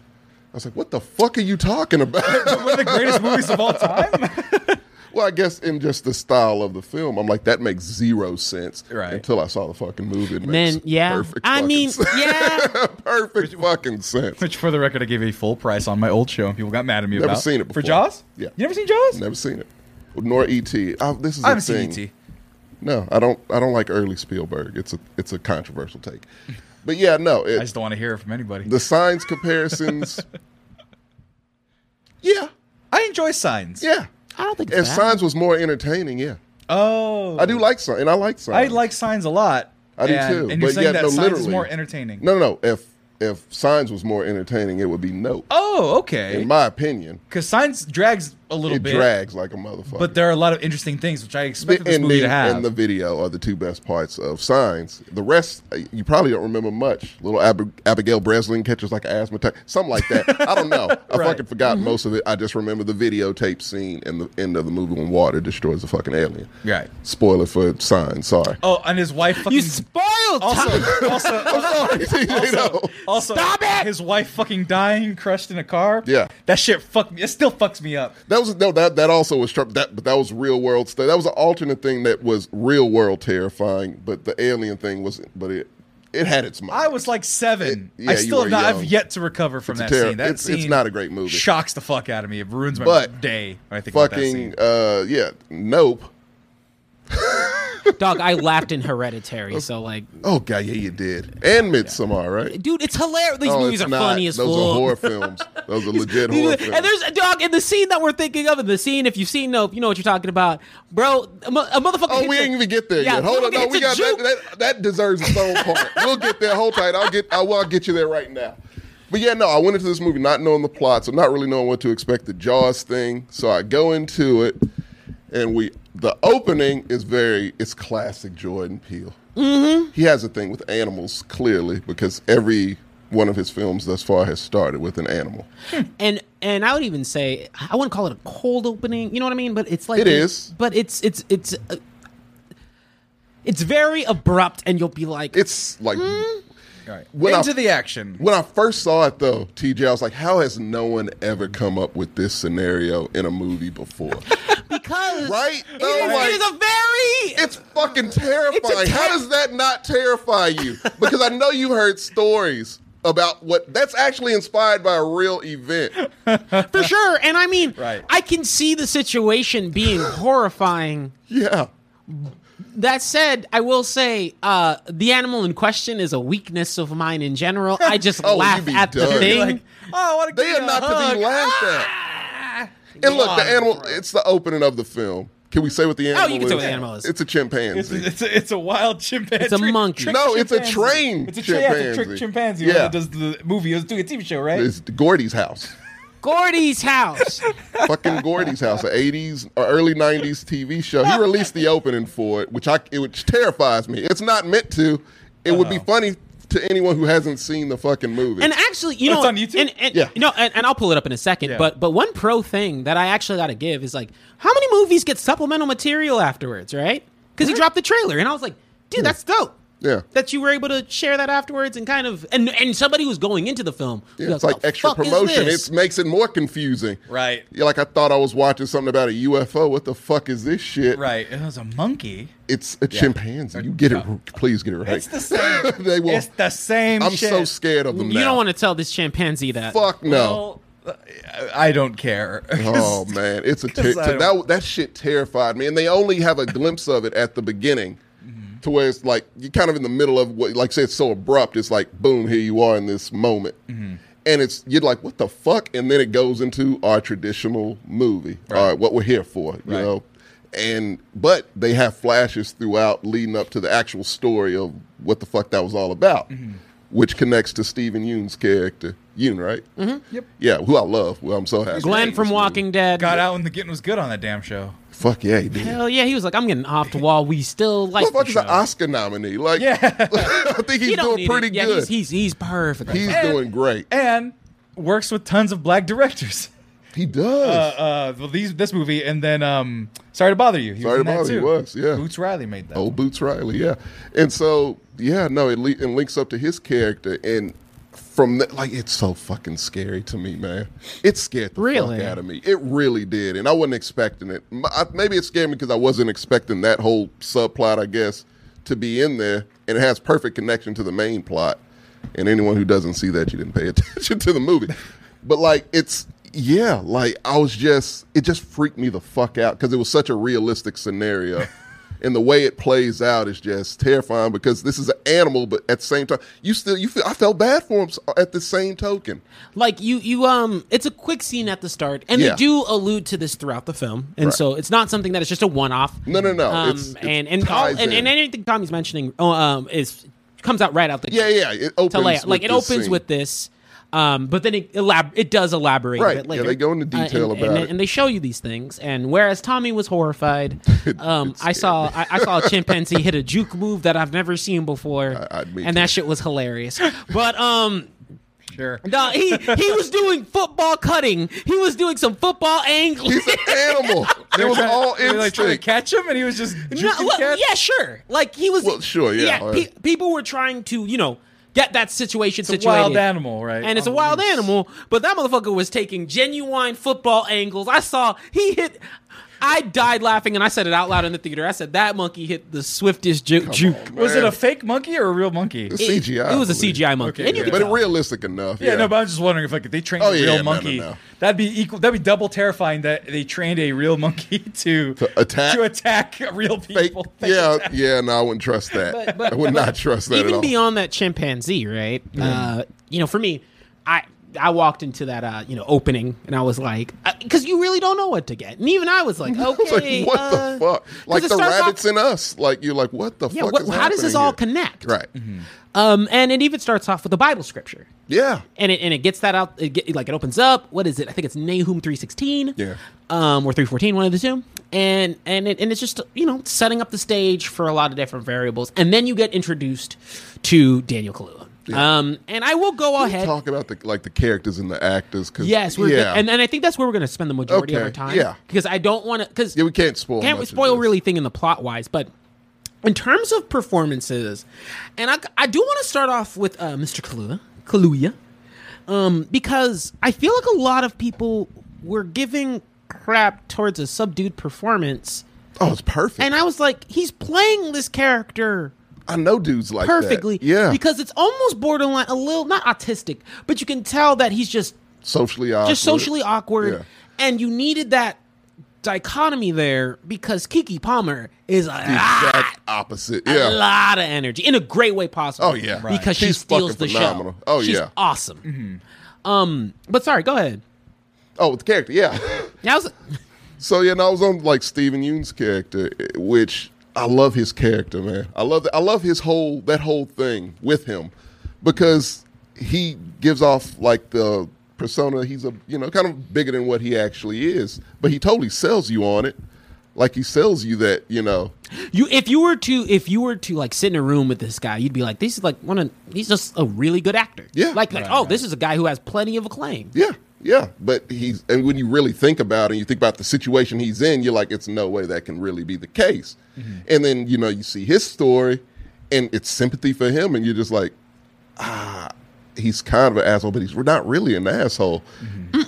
D: I was like, what the fuck are you talking about?
A: one of the greatest movies of all time.
D: Well, I guess in just the style of the film, I'm like that makes zero sense.
A: Right.
D: Until I saw the fucking movie, it makes
C: Then yeah,
D: perfect
C: I
D: fucking
C: mean
D: sense.
C: yeah.
D: perfect fucking sense.
A: Which, for the record, I gave a full price on my old show, and people got mad at me
D: Never
A: about.
D: seen it before.
A: For Jaws?
D: Yeah.
A: You never seen Jaws?
D: Never seen it, nor ET. I, this is
A: I haven't
D: a thing.
A: seen E ET.
D: No, I don't. I don't like early Spielberg. It's a it's a controversial take, but yeah, no.
A: I
D: It,
A: just don't want to hear it from anybody.
D: the signs comparisons. yeah,
A: I enjoy Signs.
D: yeah.
C: I don't think
D: If
C: it's bad.
D: signs was more entertaining, yeah,
A: Oh.
D: I do like signs, and I like signs.
A: I like Signs a lot.
D: I do
A: and,
D: too.
A: And you're
D: but
A: saying
D: yet,
A: that
D: no,
A: Signs
D: literally,
A: is more entertaining.
D: No, no, no. If if signs was more entertaining, it would be no.
A: Oh, okay.
D: In my opinion,
A: Because Signs drags a little
D: it
A: bit.
D: drags like a motherfucker.
A: But there are a lot of interesting things which I expected this
D: and
A: movie
D: the,
A: to have.
D: and the video are the two best parts of Signs. The rest, uh, you probably don't remember much. Little Ab- Abigail Breslin catches like an asthma attack, something like that. I don't know. I
A: Right. Mm-hmm.
D: fucking forgot most of it. I just remember the videotape scene and the end of the movie when water destroys the fucking alien.
A: Right.
D: Spoiler for Signs. Sorry.
A: oh, and his wife fucking.
C: you spoiled. Tom.
A: also, also,
D: I'm sorry. You know.
A: also,
C: Stop it!
A: His wife fucking dying, crushed in a car.
D: Yeah.
A: that shit fucked me. It still fucks me up.
D: That was no that that also was struck that but that was real world stuff. That was an alternate thing that was real world terrifying, but the alien thing was but it it had its moment.
A: I was like seven.
D: It- yeah,
A: I
D: you
A: still
D: were
A: have not. I've
D: young.
A: yet to recover from
D: It's a
A: that
D: terror-
A: scene. That
D: it's-
A: scene
D: it's not a great movie.
A: Shocks the fuck out of me. It ruins my
D: But
A: day. When I think about that scene.
D: fucking uh yeah, nope.
C: Dog, I laughed in Hereditary, so like,
D: Oh god, yeah, you did. And Midsommar, right?
C: dude, it's hilarious. These
D: No,
C: movies
D: it's
C: are
D: not.
C: funny as
D: Those
C: fuck.
D: are horror films. Those are legit
C: These
D: horror
C: are-
D: films.
C: and there's a dog in the scene that we're thinking of. In the scene, if you've seen Nope, you know what you're talking about, bro. A, mo- a motherfucker.
D: Oh,
C: hits
D: we
C: a-
D: didn't even get there
C: Yeah,
D: yet. Hold on, no,
C: hits
D: we
C: a
D: got that,
C: juke.
D: that. That deserves its own part. we'll get there. Hold tight. I'll get. I will get you there right now. But yeah, no, I went into this movie not knowing the plot, so not really knowing what to expect. The Jaws thing. So I go into it, and we. The opening is very. It's classic Jordan Peele. Mm-hmm. He has a thing with animals, clearly, because every one of his films thus far has started with an animal.
C: and and I would even say I wouldn't call it a cold opening. You know what I mean? But it's like
D: It is.
C: but it's it's it's uh, it's very abrupt, and you'll be like,
D: It's like.
C: Mm-hmm.
A: All right.
D: When I-
A: into the action.
D: When I first saw it, though, TJ, I was like, "How has no one ever come up with this scenario in a movie before?"
C: because
D: right?
C: It
D: Though,
C: is-
D: like-
C: it is a very
D: it's fucking terrifying. How
C: ter-
D: does that not terrify you? Because I know you heard stories about what that's actually inspired by a real event.
C: for sure. And I mean,
A: Right.
C: I can see the situation being horrifying.
D: Yeah,
C: That said, I will say uh, the animal in question is a weakness of mine in general. I just
D: Oh, you
C: laugh
D: be
C: at the
D: done.
C: thing.
A: Like, oh, I want to
D: they
A: give
D: are
A: you
D: not
A: a hug. Ah.
D: to be laughed
C: Ah!
D: at. And look, the animal—it's the opening of the film. Can we say what the animal
C: Oh, you can
D: is?
C: say what the animal is.
D: It's a
A: It's
D: chimpanzee.
A: a, it's, a, it's a wild chimpanzee.
C: It's a monkey.
A: Trick
D: No, it's a
A: chimpanzee.
D: trained
A: It's a, yeah, it's a trick chimpanzee.
D: chimpanzee. Yeah.
A: Yeah, does the movie? It was doing a TV show, right?
D: it's Gordy's house.
C: Gordy's house.
D: fucking Gordy's house, an '80s or early '90s TV show. He released the opening for it, which I it, which terrifies me. It's not meant to. It would be funny to anyone who hasn't seen the fucking movie.
C: Uh-huh. And actually, you
A: Oh, it's
C: know,
A: on YouTube?
C: And, and,
D: Yeah.
C: you know, and, and I'll pull it up in a second.
A: Yeah.
C: But but one pro thing that I actually got to give is like, how many movies get supplemental material afterwards, right? Because he dropped the trailer, and I was like, dude, that's dope.
D: Yeah.
C: that you were able to share that afterwards, and kind of, and and somebody who's going into the film,
D: Yeah,
C: be
D: it's like
C: "The
D: extra
C: fuck is
D: promotion.
C: this?"
D: It makes it more confusing.
A: Right.
D: Yeah, like I thought I was watching something about a UFO. What the fuck is this shit?
A: right. It was a monkey.
D: It's a chimpanzee. You get it. Please get it right.
A: It's the same.
D: they will.
A: It's the same.
D: I'm
A: shit.
D: so scared of them
C: you
D: now.
C: don't want to tell this chimpanzee that.
D: Fuck no.
A: Well, I don't care.
D: Oh man, it's a ter-
A: 'Cause I
D: that w- that shit terrified me, and they only have a glimpse of it at the beginning,
A: Mm-hmm.
D: to where it's like you're kind of in the middle of what, like say it's so abrupt, it's like boom, here you are in this moment,
A: Mm-hmm.
D: and it's you're like what the fuck, and then it goes into our traditional movie, all right, what we're here for, you
A: Right.
D: know, and but they have flashes throughout leading up to the actual story of what the fuck that was all about,
A: Mm-hmm.
D: which connects to Stephen Yoon's character, Yoon, right? Mm-hmm.
A: Yep.
D: Yeah, who I love, who I'm so happy.
C: Glenn
D: with
C: from
D: this movie.
C: Walking Dead.
A: Got out when the getting was good on that damn show.
D: Fuck yeah, he did.
C: Hell yeah, he was like, I'm getting off the wall. We still like. the
D: Motherfucker's
C: show."
D: an Oscar nominee. Like,
A: Yeah.
D: I think
C: You
D: he's
C: don't
D: doing
C: need it.
D: pretty
C: Yeah,
D: good.
C: He's, he's he's perfect.
D: He's doing great.
A: and works with tons of black directors.
D: He does.
A: Uh, uh, well, these this movie, and then um, sorry to bother you. He
D: Sorry
A: was in
D: to
A: that
D: Bother You
A: too.
D: was, yeah.
A: Boots Riley made that.
D: Old Boots Riley, yeah. And so, yeah, no, it, le- it links up to his character and from that, like it's so fucking scary to me, man. It scared the
C: Really?
D: fuck out of me. It really did, and I wasn't expecting it. M- I- Maybe it scared me because I wasn't expecting that whole subplot, I guess, to be in there, and it has perfect connection to the main plot. And anyone who doesn't see that, you didn't pay attention to the movie. But like, it's yeah, like I was just, it just freaked me the fuck out because it was such a realistic scenario. and the way it plays out is just terrifying because this is an animal, but at the same time, you still you feel I felt bad for him s- at the same token.
C: like you you um it's a quick scene at the start and they
D: Yeah.
C: do allude to this throughout the film and so it's not something that is just a one-off
D: No, no, no,
C: um,
D: it's- it
C: and and, all,
D: ties
C: and and
D: in.
C: anything tommy's mentioning oh, um is comes out right out the
D: Yeah, yeah, it
C: to
D: opens
C: lay out. like
D: with
C: it
D: this
C: opens
D: scene.
C: with this um but then it elab- it does elaborate
D: Right,
C: a bit
D: yeah,
C: later
D: they go into
C: Uh, and-
D: detail
C: and,
D: about
C: and,
D: it.
C: they show you these things and whereas tommy was horrified um i saw I, I saw a chimpanzee hit a juke move that i've never seen before
D: I- I'd be
C: and that
D: too.
C: shit was hilarious but um
A: Sure.
C: no, he he was doing football cutting. He was doing some football angling.
D: He's an animal. it was all
A: They were, like trying to
D: instinct.
A: catch him, and he was just juking
C: No, well,
A: cats?
C: yeah, sure. Like he was.
D: Well, sure, yeah,
C: pe-
D: or-
C: people were trying to, you know, get that situation
A: It's
C: situated.
A: a wild animal, right?
C: And it's a
A: On the
C: wild
A: loose.
C: animal, but that motherfucker was taking genuine football angles. I saw he hit. I died laughing, and I said it out loud in the theater. I said that monkey hit the swiftest ju- juke.
A: Was it
D: Man.
A: a fake monkey or a real monkey?
D: It's
C: It-
D: CGI?
C: It, was a
D: I believe.
C: CGI monkey,
A: Okay,
C: and you
A: yeah.
C: could
D: but
C: tell.
D: it realistic enough.
A: Yeah, no, but I was just wondering if like they trained
D: Oh,
A: a
D: yeah,
A: real
D: no, no,
A: monkey,
D: no.
A: that'd be equal. That'd be double terrifying that they trained a real monkey to,
D: attack?
A: to attack real
D: fake.
A: people. Fake
D: Yeah,
A: attack.
D: yeah. No, I wouldn't trust that. I would not trust that
C: even
D: at all.
C: beyond that chimpanzee, right? Uh, you know, for me, I I walked into that uh, you know opening and I was like, because you really don't know what to get, and even I was like,
D: I was
C: okay,
D: like, what
C: uh,
D: the fuck?
C: 'cause
D: Like
C: it
D: the
C: starts off-
D: rabbits in us. Like you're like, what the
C: Yeah,
D: fuck?
C: what,
D: is
C: how does this
D: happening
C: all
D: here?
C: connect?
D: Right.
A: Mm-hmm.
C: Um, and it even starts off with a Bible scripture,
D: Yeah.
C: and it and it gets that out. It get, like it opens up. What is it? I think it's Nahum three sixteen.
D: Yeah.
C: Um, or three fourteen, one of the two. And and it, and it's just you know setting up the stage for a lot of different variables, and then you get introduced to Daniel Kaluuya. Um, and I will go ahead.
D: Talk about the like the characters and the actors. Cause,
C: Yes, we're
D: yeah.
C: good. and and I think that's where we're going to spend the majority of
D: Okay,
C: our time.
D: yeah.
C: because I don't want to because
D: yeah, we can't spoil.
C: can't
D: much of
C: spoil
D: this.
C: really thing in the plot wise, but in terms of performances, and I I do want to start off with uh, Mr. Kaluuya, Kaluuya, um, because I feel like a lot of people were giving crap towards a subdued performance,
D: Oh, it's perfect.
C: and I was like, he's playing this character
D: I know dudes like that.
C: perfectly,
D: Yeah,
C: because it's almost borderline a little not autistic, but you can tell that he's just
D: socially awkward.
C: just socially awkward.
D: Yeah.
C: And you needed that dichotomy there because Kiki Palmer is a ah, lot,
D: Exact opposite.
C: a
D: Yeah,
C: lot of energy in a great way possible.
D: Oh, yeah. Right.
C: because she
D: She's
C: steals
D: fucking
C: the
D: phenomenal.
C: show.
D: Oh,
C: She's
D: yeah.
C: awesome. Um, but sorry, go ahead.
D: Oh, the character, yeah.
C: That was
D: So yeah, and I was on like Steven Yeun's character, eh, which I love his character, man. I love that. I love his whole that whole thing with him because he gives off like the persona. He's a you know kind of bigger than what he actually is, but he totally sells you on it. Like he sells you that you know
C: you. If you were to, if you were to like sit in a room with this guy, you'd be like, this is like one of he's just a really good actor.
D: Yeah.
C: like like oh, this is a guy who has plenty of acclaim.
D: Yeah, yeah. But he's and when you really think about it, you think about the situation he's in, you're like, it's no way that can really be the case. And then you know you see his story, and it's sympathy for him, and you're just like, ah, he's kind of an asshole, but he's not really an asshole,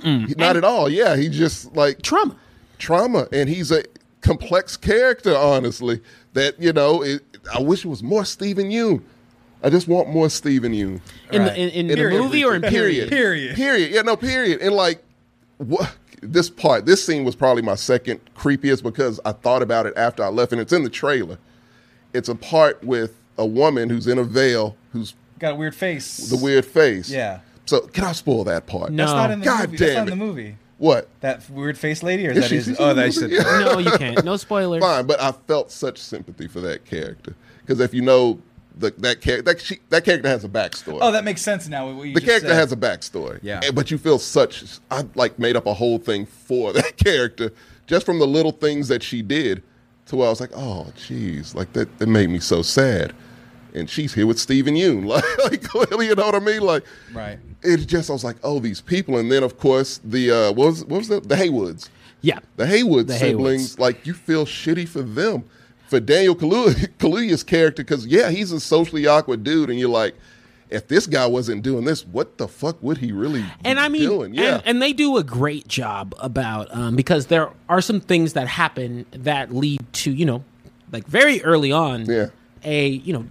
D: He- not at all. Yeah, he just like
C: Trauma.
D: trauma, and he's a complex character, honestly. That you know, it, I wish it was more Stephen Yeun. I just want more Stephen Yeun
C: In,
A: Right.
C: the, in, in the
A: Period.
C: movie or in period?
A: Period.
D: period. Period. Yeah, no, period. And like what this part, this scene was probably my second creepiest because I thought about it after I left, and it's in the trailer. It's a part with a woman who's in a veil who's
A: Got a weird face.
D: the weird face.
A: Yeah.
D: So can I spoil that part?
C: No.
A: That's not in the
D: God
A: movie. That's
D: damn
A: not in
D: it.
A: the movie.
D: What?
A: That weird face lady, or
D: Is
A: that
D: she-
A: is
D: she's in
A: oh,
D: the
A: that
D: movie?
A: said
D: Yeah.
C: No, you can't. No spoilers.
D: Fine, but I felt such sympathy for that character because if you know the, that character, that, she- that character has a backstory.
A: Oh, that makes sense now. What you
D: the
A: just
D: character
A: said.
D: has a backstory.
A: Yeah.
D: And- But you feel such I like made up a whole thing for that character just from the little things that she did to where I was like, oh jeez, like that that made me so sad. And she's here with Steven Yeun. Like, like clearly, you know what I mean? Like
A: Right.
D: It's just I was like, oh, these people. And then of course the uh what was what was the the Haywoods.
C: Yeah.
D: The Haywood
C: The
D: siblings, like you feel shitty for them. For Daniel Kaluuya, Kaluuya's character, because yeah, he's a socially awkward dude, and you're like, if this guy wasn't doing this, what the fuck would he really
C: and
D: be
C: I mean,
D: doing? Yeah.
C: and, and they do a great job about um, because there are some things that happen that lead to you know, like very early on,
D: Yeah.
C: a you know,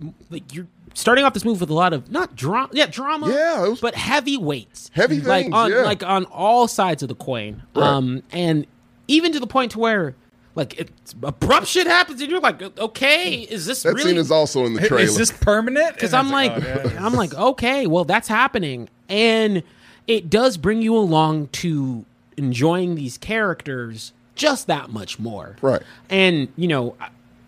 C: m- like you're starting off this movie with a lot of not drama, yeah, drama,
D: Yeah, it was-
C: but heavy weights,
D: Heavy
C: like
D: things,
C: on
D: yeah.
C: like on all sides of the coin,
D: Right.
C: um, and even to the point to where. Like it's, abrupt shit happens, and you're like, "Okay, is this
D: that
C: really?"
D: scene is also in the trailer.
A: Is this permanent? oh,
C: because I'm like, I'm like, okay, well, that's happening, and it does bring you along to enjoying these characters just that much more,
D: Right.
C: And you know,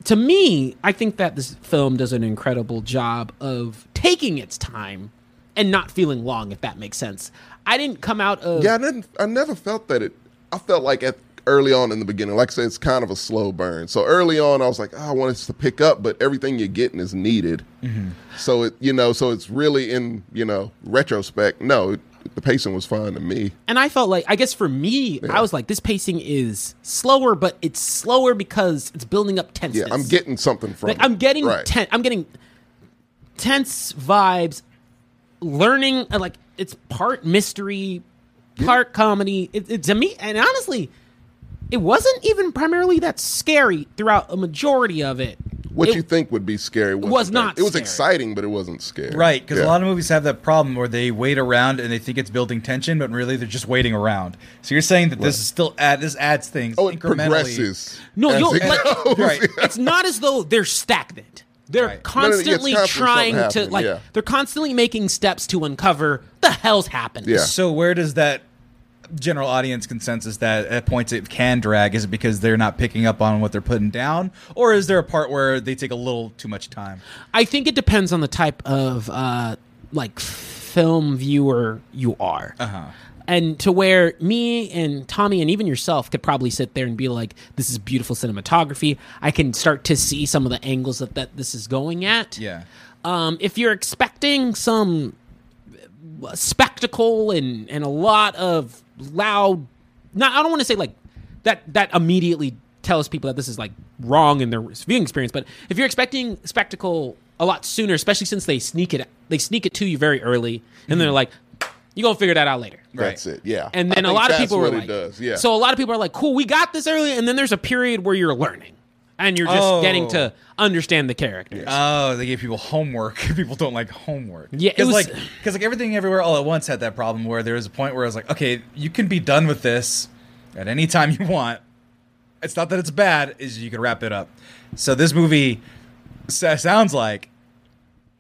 C: to me, I think that this film does an incredible job of taking its time and not feeling long, if that makes sense. I didn't come out of
D: Yeah, I didn't. I never felt that it. I felt like at early on in the beginning, like I said, it's kind of a slow burn. So early on, I was like, oh, I want us to pick up, but everything you're getting is needed.
C: Mm-hmm.
D: So it, you know, so it's really in you know retrospect. No, it, the pacing was fine to me.
C: and I felt like I guess for me, I was like, this pacing is slower, but it's slower because it's building up
D: Yeah,
C: tenseness.
D: I'm getting something from.
C: Like
D: it.
C: I'm getting
D: Right.
C: ten- I'm getting tense vibes. Learning uh, like it's part mystery, part comedy. It, it, to me, and honestly, it wasn't even primarily that scary throughout a majority of it.
D: What
C: It-
D: you think would be scary wasn't
C: was
D: that-
C: not
D: It was
C: scary.
D: exciting, but it wasn't scary.
A: Right, because
D: Yeah.
A: a lot of movies have that problem where they wait around and they think it's building tension, but really they're just waiting around. So you're saying that this is still add this adds things
D: Oh, it
A: incrementally.
D: progresses.
C: No,
D: as
C: you'll-
D: it
C: like-
D: goes.
A: Right.
C: it's not as though they're stagnant. They're
A: Right.
D: no, yeah, it's
C: constantly
D: constant, something
C: trying to
D: happening,
C: like
D: yeah.
C: they're constantly making steps to uncover the hell's happening.
D: Yeah.
A: So where does that general audience consensus that at points it can drag? Is it because they're not picking up on what they're putting down, or is there a part where they take a little too much time?
C: I think it depends on the type of uh, like film viewer you are. And to where me and Tommy and even yourself could probably sit there and be like, "This is beautiful cinematography. I can start to see some of the angles that, that this is going at."
A: Yeah.
C: Um, if you're expecting some spectacle and and a lot of loud not I don't want to say like that that immediately tells people that this is like wrong in their viewing experience but if you're expecting spectacle a lot sooner especially since they sneak it they sneak it to you very early and they're like you're going to figure that out later
D: Mm-hmm. That's it. Yeah.
C: and
D: I
C: then a
D: think
C: lot of
D: that's
C: people were
D: what
C: like
D: it does. Yeah.
C: so a lot of people are like cool we got this early and then there's a period where you're learning and you're just
A: Oh.
C: getting to understand the characters
A: Oh, they gave people homework. People don't like homework.
C: Yeah, it
A: because
C: was-
A: like because like everything everywhere all at once had that problem where there was a point where I was like, okay, you can be done with this at any time you want. It's not that it's bad; is you can wrap it up. So this movie sa- sounds like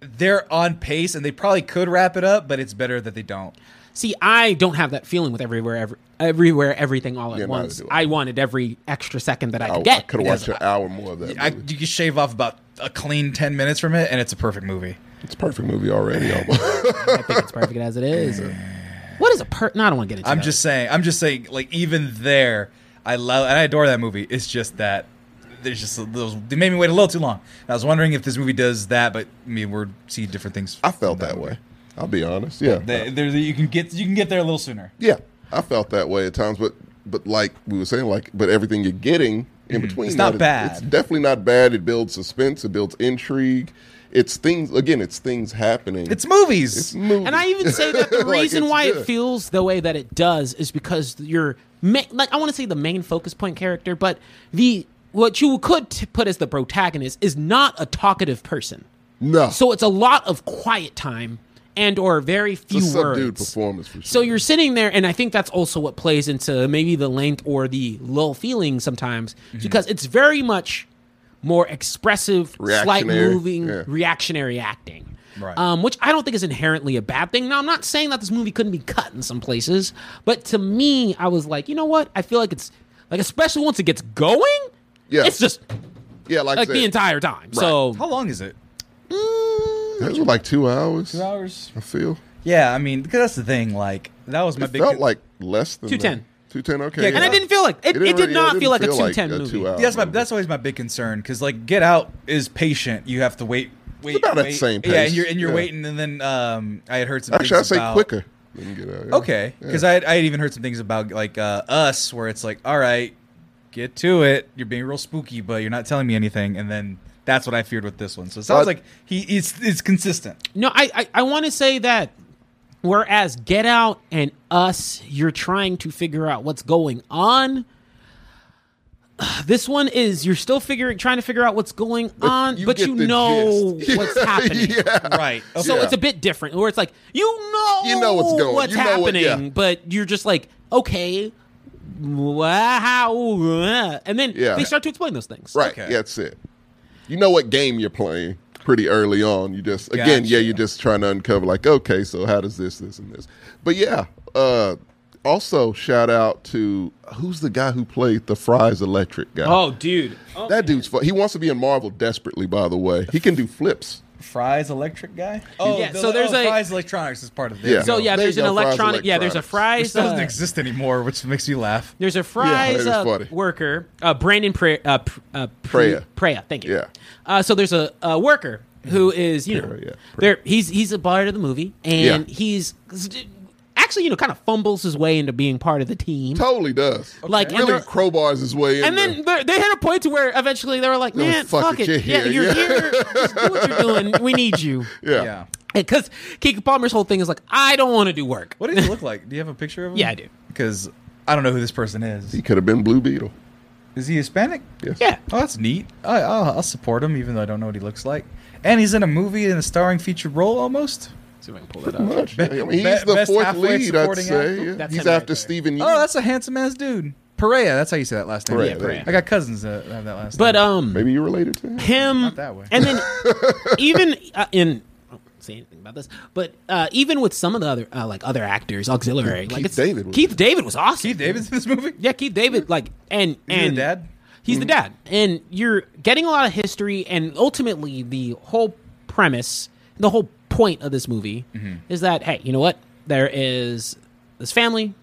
A: they're on pace, and they probably could wrap it up, but it's better that they don't.
C: See, I don't have that feeling with everywhere, every, everywhere, everything all at
D: Yeah, neither
C: once.
D: do I.
C: I wanted every extra second that I
D: I,
C: could get.
D: could have
C: because
D: watched an hour more of that.
A: I,
D: movie.
A: you can shave off about a clean ten minutes from it, and it's a perfect movie.
D: It's a perfect movie already. Almost.
C: I think it's perfect as it is. what is a per? No, I don't want to get into.
A: I'm
C: that.
A: just saying. I'm just saying. Like even there, I love and I adore that movie. It's just that there's just a little. They made me wait a little too long. I was wondering if this movie does that, but I mean we're seeing different things.
D: I felt that way. I'll be honest. Yeah.
A: They- they're- you can get you can get there a little sooner.
D: yeah. I felt that way at times, but but like we were saying, like but everything you're getting in
C: Mm-hmm.
D: between,
A: It's not
D: that,
A: bad.
D: It's definitely not bad. It builds suspense. It builds intrigue. It's things again. It's things happening.
A: It's movies.
D: movie.
C: And I even say that the
D: Like,
C: reason
D: it's
C: why it
D: good.
C: feels the way that it does is because you're ma- like I want to say the main focus point character, but the what you could t- put as the protagonist is not a talkative person.
D: no.
C: So it's a lot of quiet time and or very few
D: it's a subdued
C: words.
D: performance. For sure.
C: So you're sitting there, and I think that's also what plays into maybe the length or the lull feeling sometimes,
D: Mm-hmm.
C: because it's very much more expressive, slight
D: Reactionary,
C: moving,
D: yeah.
C: reactionary acting.
A: Right.
C: Um, which I don't think is inherently a bad thing. Now, I'm not saying that this movie couldn't be cut in some places, but to me, I was like, you know what? I feel like it's like, especially once it gets going,
D: Yeah.
C: it's just
D: yeah, like, I
C: like
D: said,
C: the entire time. So,
A: How long is it?
D: That was like two hours. Two
A: hours.
D: I feel.
A: Yeah, I mean because that's the thing. Like that was my
D: It
A: big.
D: felt like less than
C: 210.
D: Two ten. Okay.
A: Yeah,
C: and I
A: yeah.
C: didn't feel like it, it,
D: didn't
C: did
D: really- yeah,
C: not
D: it
C: feel like a
D: didn't feel like
C: 210
D: a
C: movie.
D: two-hour.
A: that's my that's always my big concern because like Get Out is patient. You have to wait. Wait,
D: about that
A: wait.
D: same
A: Yeah,
D: pace.
A: and you're and you're
D: Yeah.
A: waiting, and then um, I had heard some.
D: Actually, I
A: things
D: say
A: about-
D: quicker. Than get out. yeah.
A: Okay, because I, had, I had even heard some things about like uh, us, where it's like, all right, get to it. You're being real spooky, but you're not telling me anything, and then That's what I feared with this one. So it sounds
D: But-
A: like he it's it's consistent.
C: No, I I, I want to say that whereas Get Out and Us, you're trying to figure out what's going on. This one is you're still figuring, trying to figure out what's going on,
D: you
C: but
D: get
C: you
D: the
C: know
D: gist.
C: what's happening.
A: Right.
C: So
A: Okay.
C: it's a bit different, where it's like you know,
D: You know what's going-
C: what's
D: you know what-
C: happening,
D: yeah.
C: but you're just like, okay, wow, and then
D: Yeah.
C: they start to explain those things.
D: Right.
A: Okay.
D: Yeah, that's it. You know what game you're playing pretty early on. You just again, yeah,
A: Gotcha.
D: you're just trying to uncover like, okay, so how does this, this, and this. But yeah, uh, also shout out to who's the guy who played the Fry's Electric guy.
B: Oh, dude. Oh,
D: that dude's fun. He wants to be in Marvel desperately. By the way, he can do flips.
A: Fry's electric guy. Oh,
C: Yeah,
A: the-
C: so there's
A: oh,
C: a-
A: Fry's electronics is part of this.
D: Yeah.
C: So yeah,
D: There
C: there's
D: you
C: an
D: go, Fry's
C: electronic. Yeah, there's a
D: Electronics.
A: Which
C: fries.
A: doesn't
C: uh,
A: exist anymore, which makes me laugh.
C: There's a fries
D: that is
C: uh,
D: funny.
C: worker, uh, Brandon Pre- uh, Pr- uh, Pre-
D: Prea.
C: Prea, thank you.
D: Yeah.
C: Uh, so there's a, a worker who is, you know,
D: Prea.
C: there he's he's a part of the movie, and
D: Yeah.
C: he's actually, you know, kind of fumbles his way into being part of the team.
D: Totally does.
C: Like, and
D: really
C: they're-
D: crowbars his way in.
C: And then they they had a point to where eventually they were like,
D: They were,
C: "Man,
D: "Fuck
C: fuck,
D: it,
C: it,
D: you're
C: yeah,
D: here,
C: you're
D: yeah."
C: here. Just do what you're doing. We need you."
D: there. yeah.
A: yeah.
C: Because Keke Palmer's whole thing is like, "I don't want to do work."
A: What does he look like? Do you have a picture of him?
C: Yeah, I do.
A: Because I don't know who this person is.
D: he could have been Blue Beetle.
A: Is he Hispanic?
D: Yes.
C: Yeah.
A: Oh, that's neat. I, I'll, I'll support him, even though I don't know what he looks like. And he's in a movie in a starring featured role almost.
C: see if I can pull that up.
D: Much. I mean, he's
A: Be-
D: the
A: best
D: fourth
A: halfway
D: lead, I'd
A: supporting
D: say.
A: actor?
D: Yeah.
C: That's
D: He's
C: him right
D: after
C: there.
D: Steven Yeun.
A: Oh, that's a handsome ass dude. Perea. That's how you say that last name.
D: Perea, Yeah, Perea.
A: I got cousins that have that last
C: But
A: name.
C: um,
D: Maybe you're related to him.
C: him
A: Not that way.
C: and then even uh, in I don't say anything about this but uh, even with some of the other uh, like other actors auxiliary like
D: Keith
C: it's,
D: David was-
C: Keith David was awesome
A: Keith David's in this movie?
C: yeah Keith David like and
A: Is he the
C: and
A: dad?
C: he's the dad and you're getting a lot of history and ultimately the whole premise the whole point of this movie is that hey you know what there is this family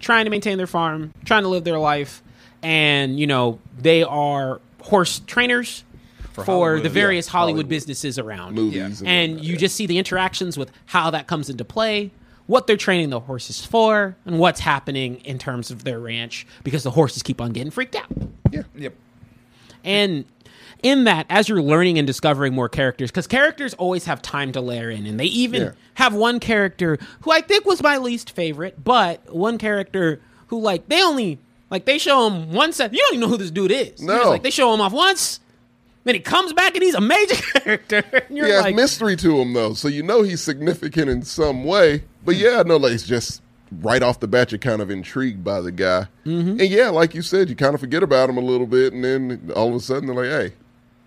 C: trying to maintain their farm trying to live their life and you know they are horse trainers for,
A: Hollywood.
C: the various
D: Yeah,
C: Hollywood,
D: Hollywood.
C: businesses around
D: Movies Yeah. and
C: and,
D: whatnot,
C: you
D: yeah.
C: just see the interactions with how that comes into play what they're training the horses for and what's happening in terms of their ranch because the horses keep on getting freaked out
D: Yeah.
A: Yep.
C: and in that, as you're learning and discovering more characters, because characters always have time to layer in, and they even
D: Yeah.
C: have one character who I think was my least favorite, but one character who like they only like they show him one set. You don't even know who this dude is. You're just
D: No.
C: like they show him off once, then he comes back and he's a major character. And you're
D: He has
C: like,
D: mystery to him though, so you know he's significant in some way. But yeah, no, like it's just right off the bat, you're kind of intrigued by the guy,
C: Mm-hmm.
D: and yeah, like you said, you kind of forget about him a little bit, and then all of a sudden they're like, "Hey,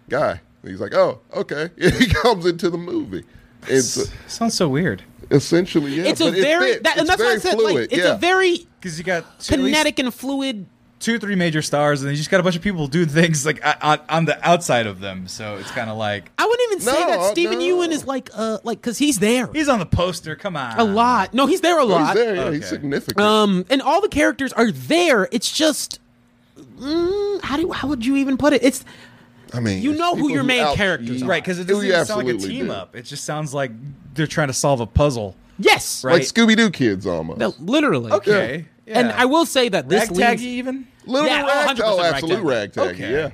D: guy," and he's like, "Oh, okay." he comes into the movie. It's
A: Sounds so weird.
D: essentially yeah,
C: it's a
D: but it
C: very
D: fits.
C: that, and
D: It's
C: that's why I
D: very
C: said
D: fluid,
C: like it's
D: yeah.
C: a very
A: Because you got two, at least
C: kinetic and fluid.
A: two or three major stars, and then you just got a bunch of people doing things like on- on, on the outside of them. So it's kind of like
C: I wouldn't even say
D: No,
C: that Stephen
D: no.
C: Ewan is like uh like because he's there.
A: he's on the poster. Come on,
C: a lot. No, he's there a
D: But
C: lot.
D: Oh, he's there. Yeah,
A: Okay.
D: He's significant.
C: Um, and all the characters are there. It's just mm, how do how would you even put it? It's
D: I mean,
C: you
D: it's
C: know who
D: people
C: your main
D: out-
C: characters are.
A: right? Because it
D: Who
A: doesn't
D: you
A: even sound like a
D: absolutely
A: team
D: do.
A: up. It just sounds like they're trying to solve a puzzle.
C: yes,
A: Right.
D: like Scooby Doo kids almost.
C: No, literally.
A: Okay, yeah.
C: And I will say that this
A: ragtaggy
C: leads,
A: even.
D: Little
C: Yeah, oh,
D: rag, oh,
C: 100%
D: absolute ragtag.
A: Okay.
D: Yeah,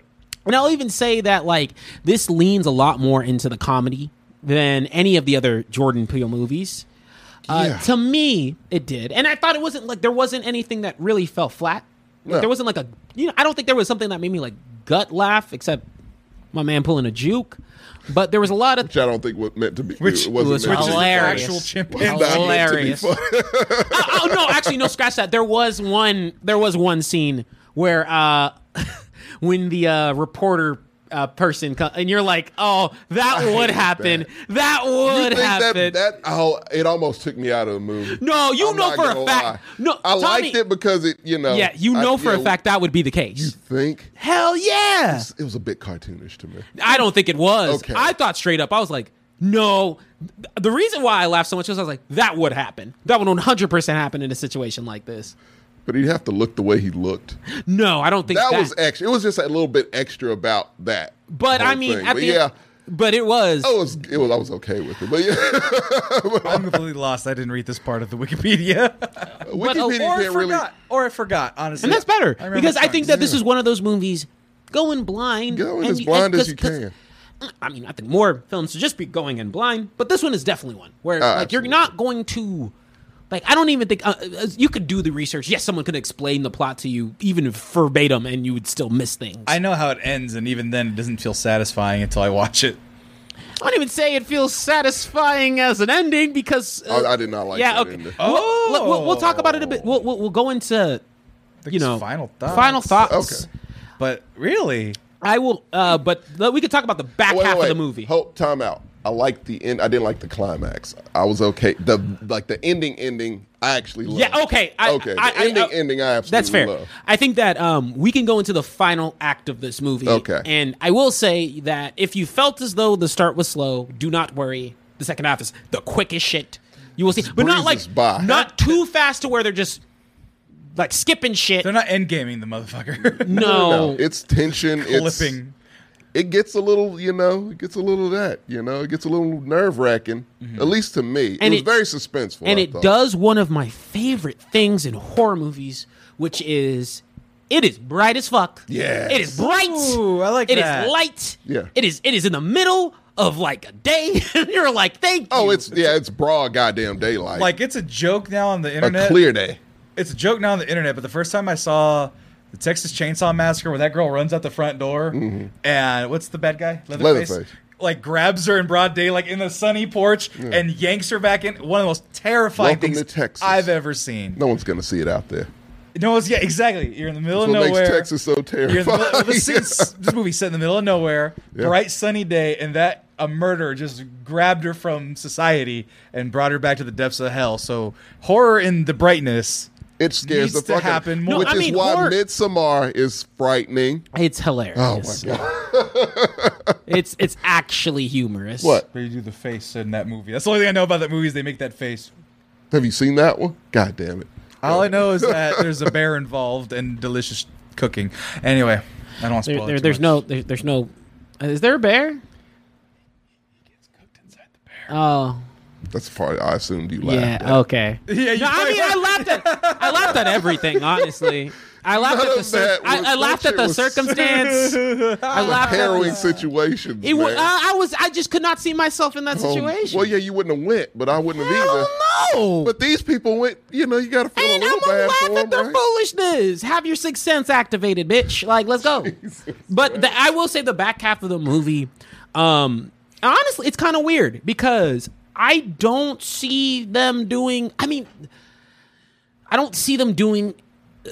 C: and I'll even say that like this leans a lot more into the comedy than any of the other Jordan Peele movies. Uh,
D: Yeah.
C: To me, it did, and I thought it wasn't like there wasn't anything that really fell flat. Like,
D: No.
C: There wasn't like a you know I don't think there was something that made me like gut laugh except my man pulling a juke, but there was a lot of
D: which I don't think was meant to be.
A: Which
D: it wasn't
C: was
D: meant to be funny.
C: hilarious.
A: Actual chimpanzee.
D: It's not meant to be
C: Hilarious. oh, oh, no, actually no, scratch that. There was one there was one scene where uh when the uh reporter uh, person co- and you're like, "Oh, that would happen. That, would
D: You think
C: happen."
D: That, that oh, it almost took me out of the movie.
C: No, you know
D: not
C: for a
D: gonna
C: fact-
D: lie.
C: no,
D: I
C: Tommy-
D: liked it because it, you know.
C: yeah, you
D: I-
C: know for
D: yeah,
C: a fact that would be the case.
D: Think
C: Hell yeah.
D: it was a bit cartoonish to me.
C: I don't think it was.
D: Okay.
C: I thought straight up. I was like, no. The reason why I laughed so much was I was like, that would happen. That would 100% happen in a situation like this.
D: But you'd have to look the way he looked.
C: No, I don't think
D: That
C: that.
D: was extra. It was just a little bit extra about that.
C: but I
D: whole
C: mean,
D: thing.
C: at
D: But
C: the
D: yeah, Oh,
C: but it was.
D: it was. It was. I was okay with it. But yeah,
A: I'm completely lost. I didn't read this part of the Wikipedia.
C: Oh,
D: Wikipedia
A: or I
D: didn't really.
A: forgot. Or I forgot. Honestly,
C: and that's better
A: remember
C: because I
A: starting
C: think
A: to
C: that this is one of those movies going blind.
D: Going
C: and
D: as
C: you-
D: blind
C: and-
D: as you
C: 'cause-
D: can.
C: I mean, I think more films should just be going in blind, but this one is definitely one where
D: Ah,
C: like
D: absolutely.
C: you're not going to. Like I don't even think uh, uh, you could do the research. Yes, someone could explain the plot to you, even verbatim, and you would still miss things.
A: I know how it ends, and even then, it doesn't feel satisfying until I watch it.
C: I wouldn't even say it feels satisfying as an ending because uh,
D: Oh, I, I did not like
C: yeah,
D: that
C: okay.
D: ending.
A: Oh.
C: We'll, look, we'll, we'll talk about it a bit. We'll we'll, we'll go into you
A: it's
C: know
A: final thoughts.
C: Final thoughts.
D: Okay.
A: But really,
C: I will, uh, but le- we could talk about the back
D: Wait, wait,
C: half
D: wait.
C: of the movie.
D: Hope time out. I liked the end. I didn't like the climax. I was okay. The like the ending ending. I actually loved.
C: Yeah, okay. I-
D: okay. The
C: I- I-
D: ending
C: uh,
D: ending. I absolutely
C: That's fair.
D: Love.
C: I think that um, we can go into the final act of this movie.
D: Okay.
C: And I will say that if you felt as though the start was slow, do not worry. The second half is the quickest shit you will see, but not
D: breezes
C: like
D: by.
C: not too fast to where they're just like skipping shit.
A: they're not endgaming the motherfucker.
C: no,
D: No, it's tension. It's,
A: Flipping.
D: it gets a little, you know, it gets a little of that, you know, it gets a little nerve wracking, at least to me.
C: Mm-hmm. And
D: it was
C: it-
D: very suspenseful.
C: and
D: I
C: it
D: thought.
C: does one of my favorite things in horror movies, which is it is bright as fuck.
D: Yes.
C: it is bright.
A: Ooh, I like
C: It is
A: that.
C: light.
D: Yeah.
C: it is. It is in the middle of like a day. You're like, thank
D: Oh,
C: you.
D: it's, yeah, it's broad goddamn daylight.
A: Like it's a joke now on the
D: a
A: internet.
D: clear day.
A: It's a joke now on the internet. But the first time I saw the Texas Chainsaw Massacre, where that girl runs out the front door, and what's the bad guy?
D: Mm-hmm. Leatherface.
A: Like grabs her in broad day, like in the sunny porch, and yanks her back in. One of the most terrifying
D: Welcome
A: things
D: to Texas.
A: I've ever seen.
D: No one's going to see it out there.
A: No, it's, yeah, exactly. You're in the middle
D: That's
A: of
D: what
A: nowhere.
D: makes Texas so
A: You're in the middle, well,
D: terrifying.
A: this, scene's- this movie's set in the middle of nowhere,
D: Yeah.
A: bright sunny day, and that a murderer just grabbed her from society and brought her back to the depths of hell. So horror in the brightness.
D: it scares the
A: needs to
D: fuck out
A: happen
D: of
A: more.
D: Which
C: No, I
D: is
C: mean,
D: why
C: or-
D: Midsommar is frightening.
C: It's hilarious.
D: Oh, my God.
C: It's it's actually humorous.
D: What?
A: They do the face in that movie. That's the only thing I know about that movie is they make that face.
D: Have you seen that one? God damn it.
A: All I know is that there's a bear involved and delicious cooking. Anyway, I don't want to
C: There,
A: spoil
C: there-
A: it too
C: there's
A: much.
C: no there, there's no. uh, Is there a bear? Oh
D: That's the part I assumed you laughed
C: yeah
D: at.
C: okay.
A: Yeah, you
C: No, I
A: probably-
C: mean I laughed at I laughed at everything. Honestly, I laughed
D: None
C: at the
D: of
C: cir-
D: that was-
C: I, I laughed
D: that
C: at the
D: shit was-
C: circumstance. I laughed at
D: Harrowing
C: the,
D: situations.
C: It was,
D: man.
C: I, I was. I just could not see myself in that
D: Um,
C: situation.
D: well, yeah, you wouldn't have went, but I wouldn't have either.
C: no.
D: But these people went, you know, you got to feel
C: and
D: a
C: I'm
D: little
C: gonna
D: bad
C: laugh
D: for them,
C: at their
D: right?
C: foolishness. Have your sixth sense activated, bitch. Like, let's go. but the, I will say the back half of the movie, um, honestly, it's kind of weird because I don't see them doing. I mean, I don't see them doing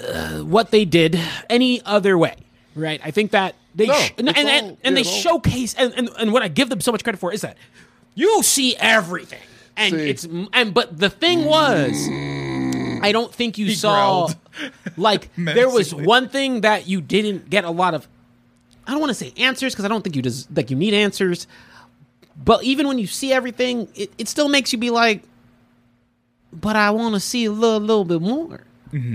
C: uh, what they did any other way, right? I think that they
D: No,
C: sh- and,
D: it's
C: and,
D: all-
C: and, and they
D: yeah, it all-
C: showcase and, and and what I give them so much credit for is that you see everything, and
D: See. Mm.
C: it's and but the thing was. I don't think you saw
A: growled.
C: like there was
A: Menacingly.
C: one thing that you didn't get a lot of I don't want to say answers because I don't think you just like you need answers. But even when you see everything, it, it still makes you be like, but I want to see a little, little bit more.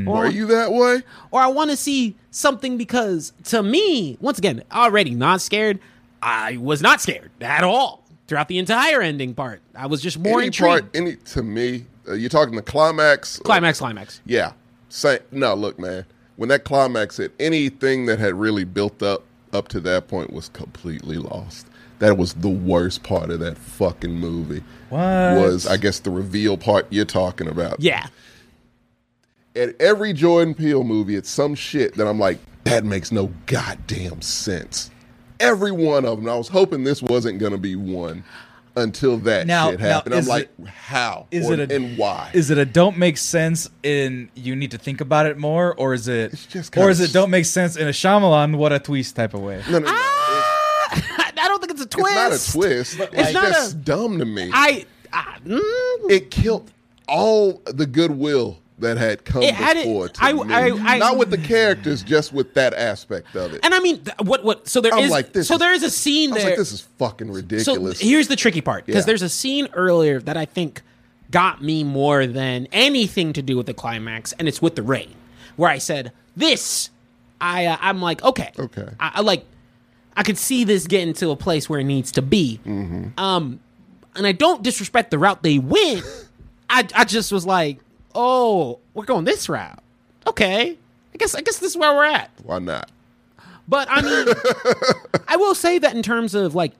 C: Or,
D: Are you that way?
C: or I want to see something because to me, once again, already not scared. I was not scared at all throughout the entire ending part. I was just more
D: any
C: intrigued.
D: part, any to me, uh, you're talking the climax.
C: climax, climax.
D: Yeah. Say no, look, man. When that climax hit, anything that had really built up up to that point was completely lost. That was the worst part of that fucking movie.
A: What?
D: was I guess the reveal part you're talking about?
C: Yeah.
D: At every Jordan Peele movie, it's some shit that I'm like, that makes no goddamn sense. Every one of them. I was hoping this wasn't gonna be one until that
A: Now-
D: shit
A: now,
D: happened. I'm
A: is
D: like,
A: it-
D: how?
A: is
D: Or-
A: it a,
D: and why?
A: Is it a don't make sense in you need to think about it more, or is it
D: just
A: or is
D: kinda
A: it don't make sense in a Shyamalan what a twist type of way?
D: no, no, no.
C: Ah! I don't think it's a twist.
D: It's not a twist. It's,
C: not a-
D: just dumb to me.
C: I, I mm,
D: it killed all the goodwill that had come
C: It had it-
D: before. to
C: I-
D: me.
C: I- I-
D: not with the characters, just with that aspect of it.
C: and I mean th- what what so there
D: I'm
C: is-
D: like, this
C: so
D: is-
C: there is a scene
D: I was
C: there
D: like, this is fucking ridiculous.
C: So here's the tricky part because
D: Yeah.
C: there's a scene earlier that I think got me more than anything to do with the climax, and it's with the rain, where I said this. I uh, I'm like okay,
D: Okay.
C: I, I like I could see this getting to a place where it needs to be.
D: Mm-hmm.
C: Um, and I don't disrespect the route they went. I I just was like, oh, we're going this route. Okay, I guess I guess this is where we're at.
D: Why not?
C: But I mean, I will say that in terms of like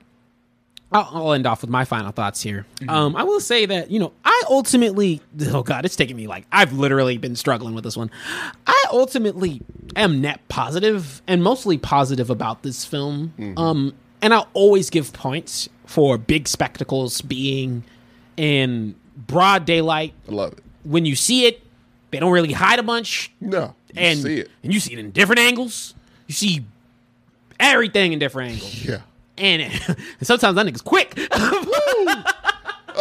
C: I'll, I'll end off with my final thoughts here. Um, I will say that you know I ultimately, oh god, it's taking me like I've literally been struggling with this one. I ultimately am net positive and mostly positive about this film. Um, and I'll always give points for big spectacles being in broad daylight.
D: I love it.
C: When you see it, they don't really hide a bunch
D: No, you
C: and
D: see it.
C: and you see it in different angles. You see everything in different angles,
D: Yeah.
C: and, and sometimes that nigga's quick.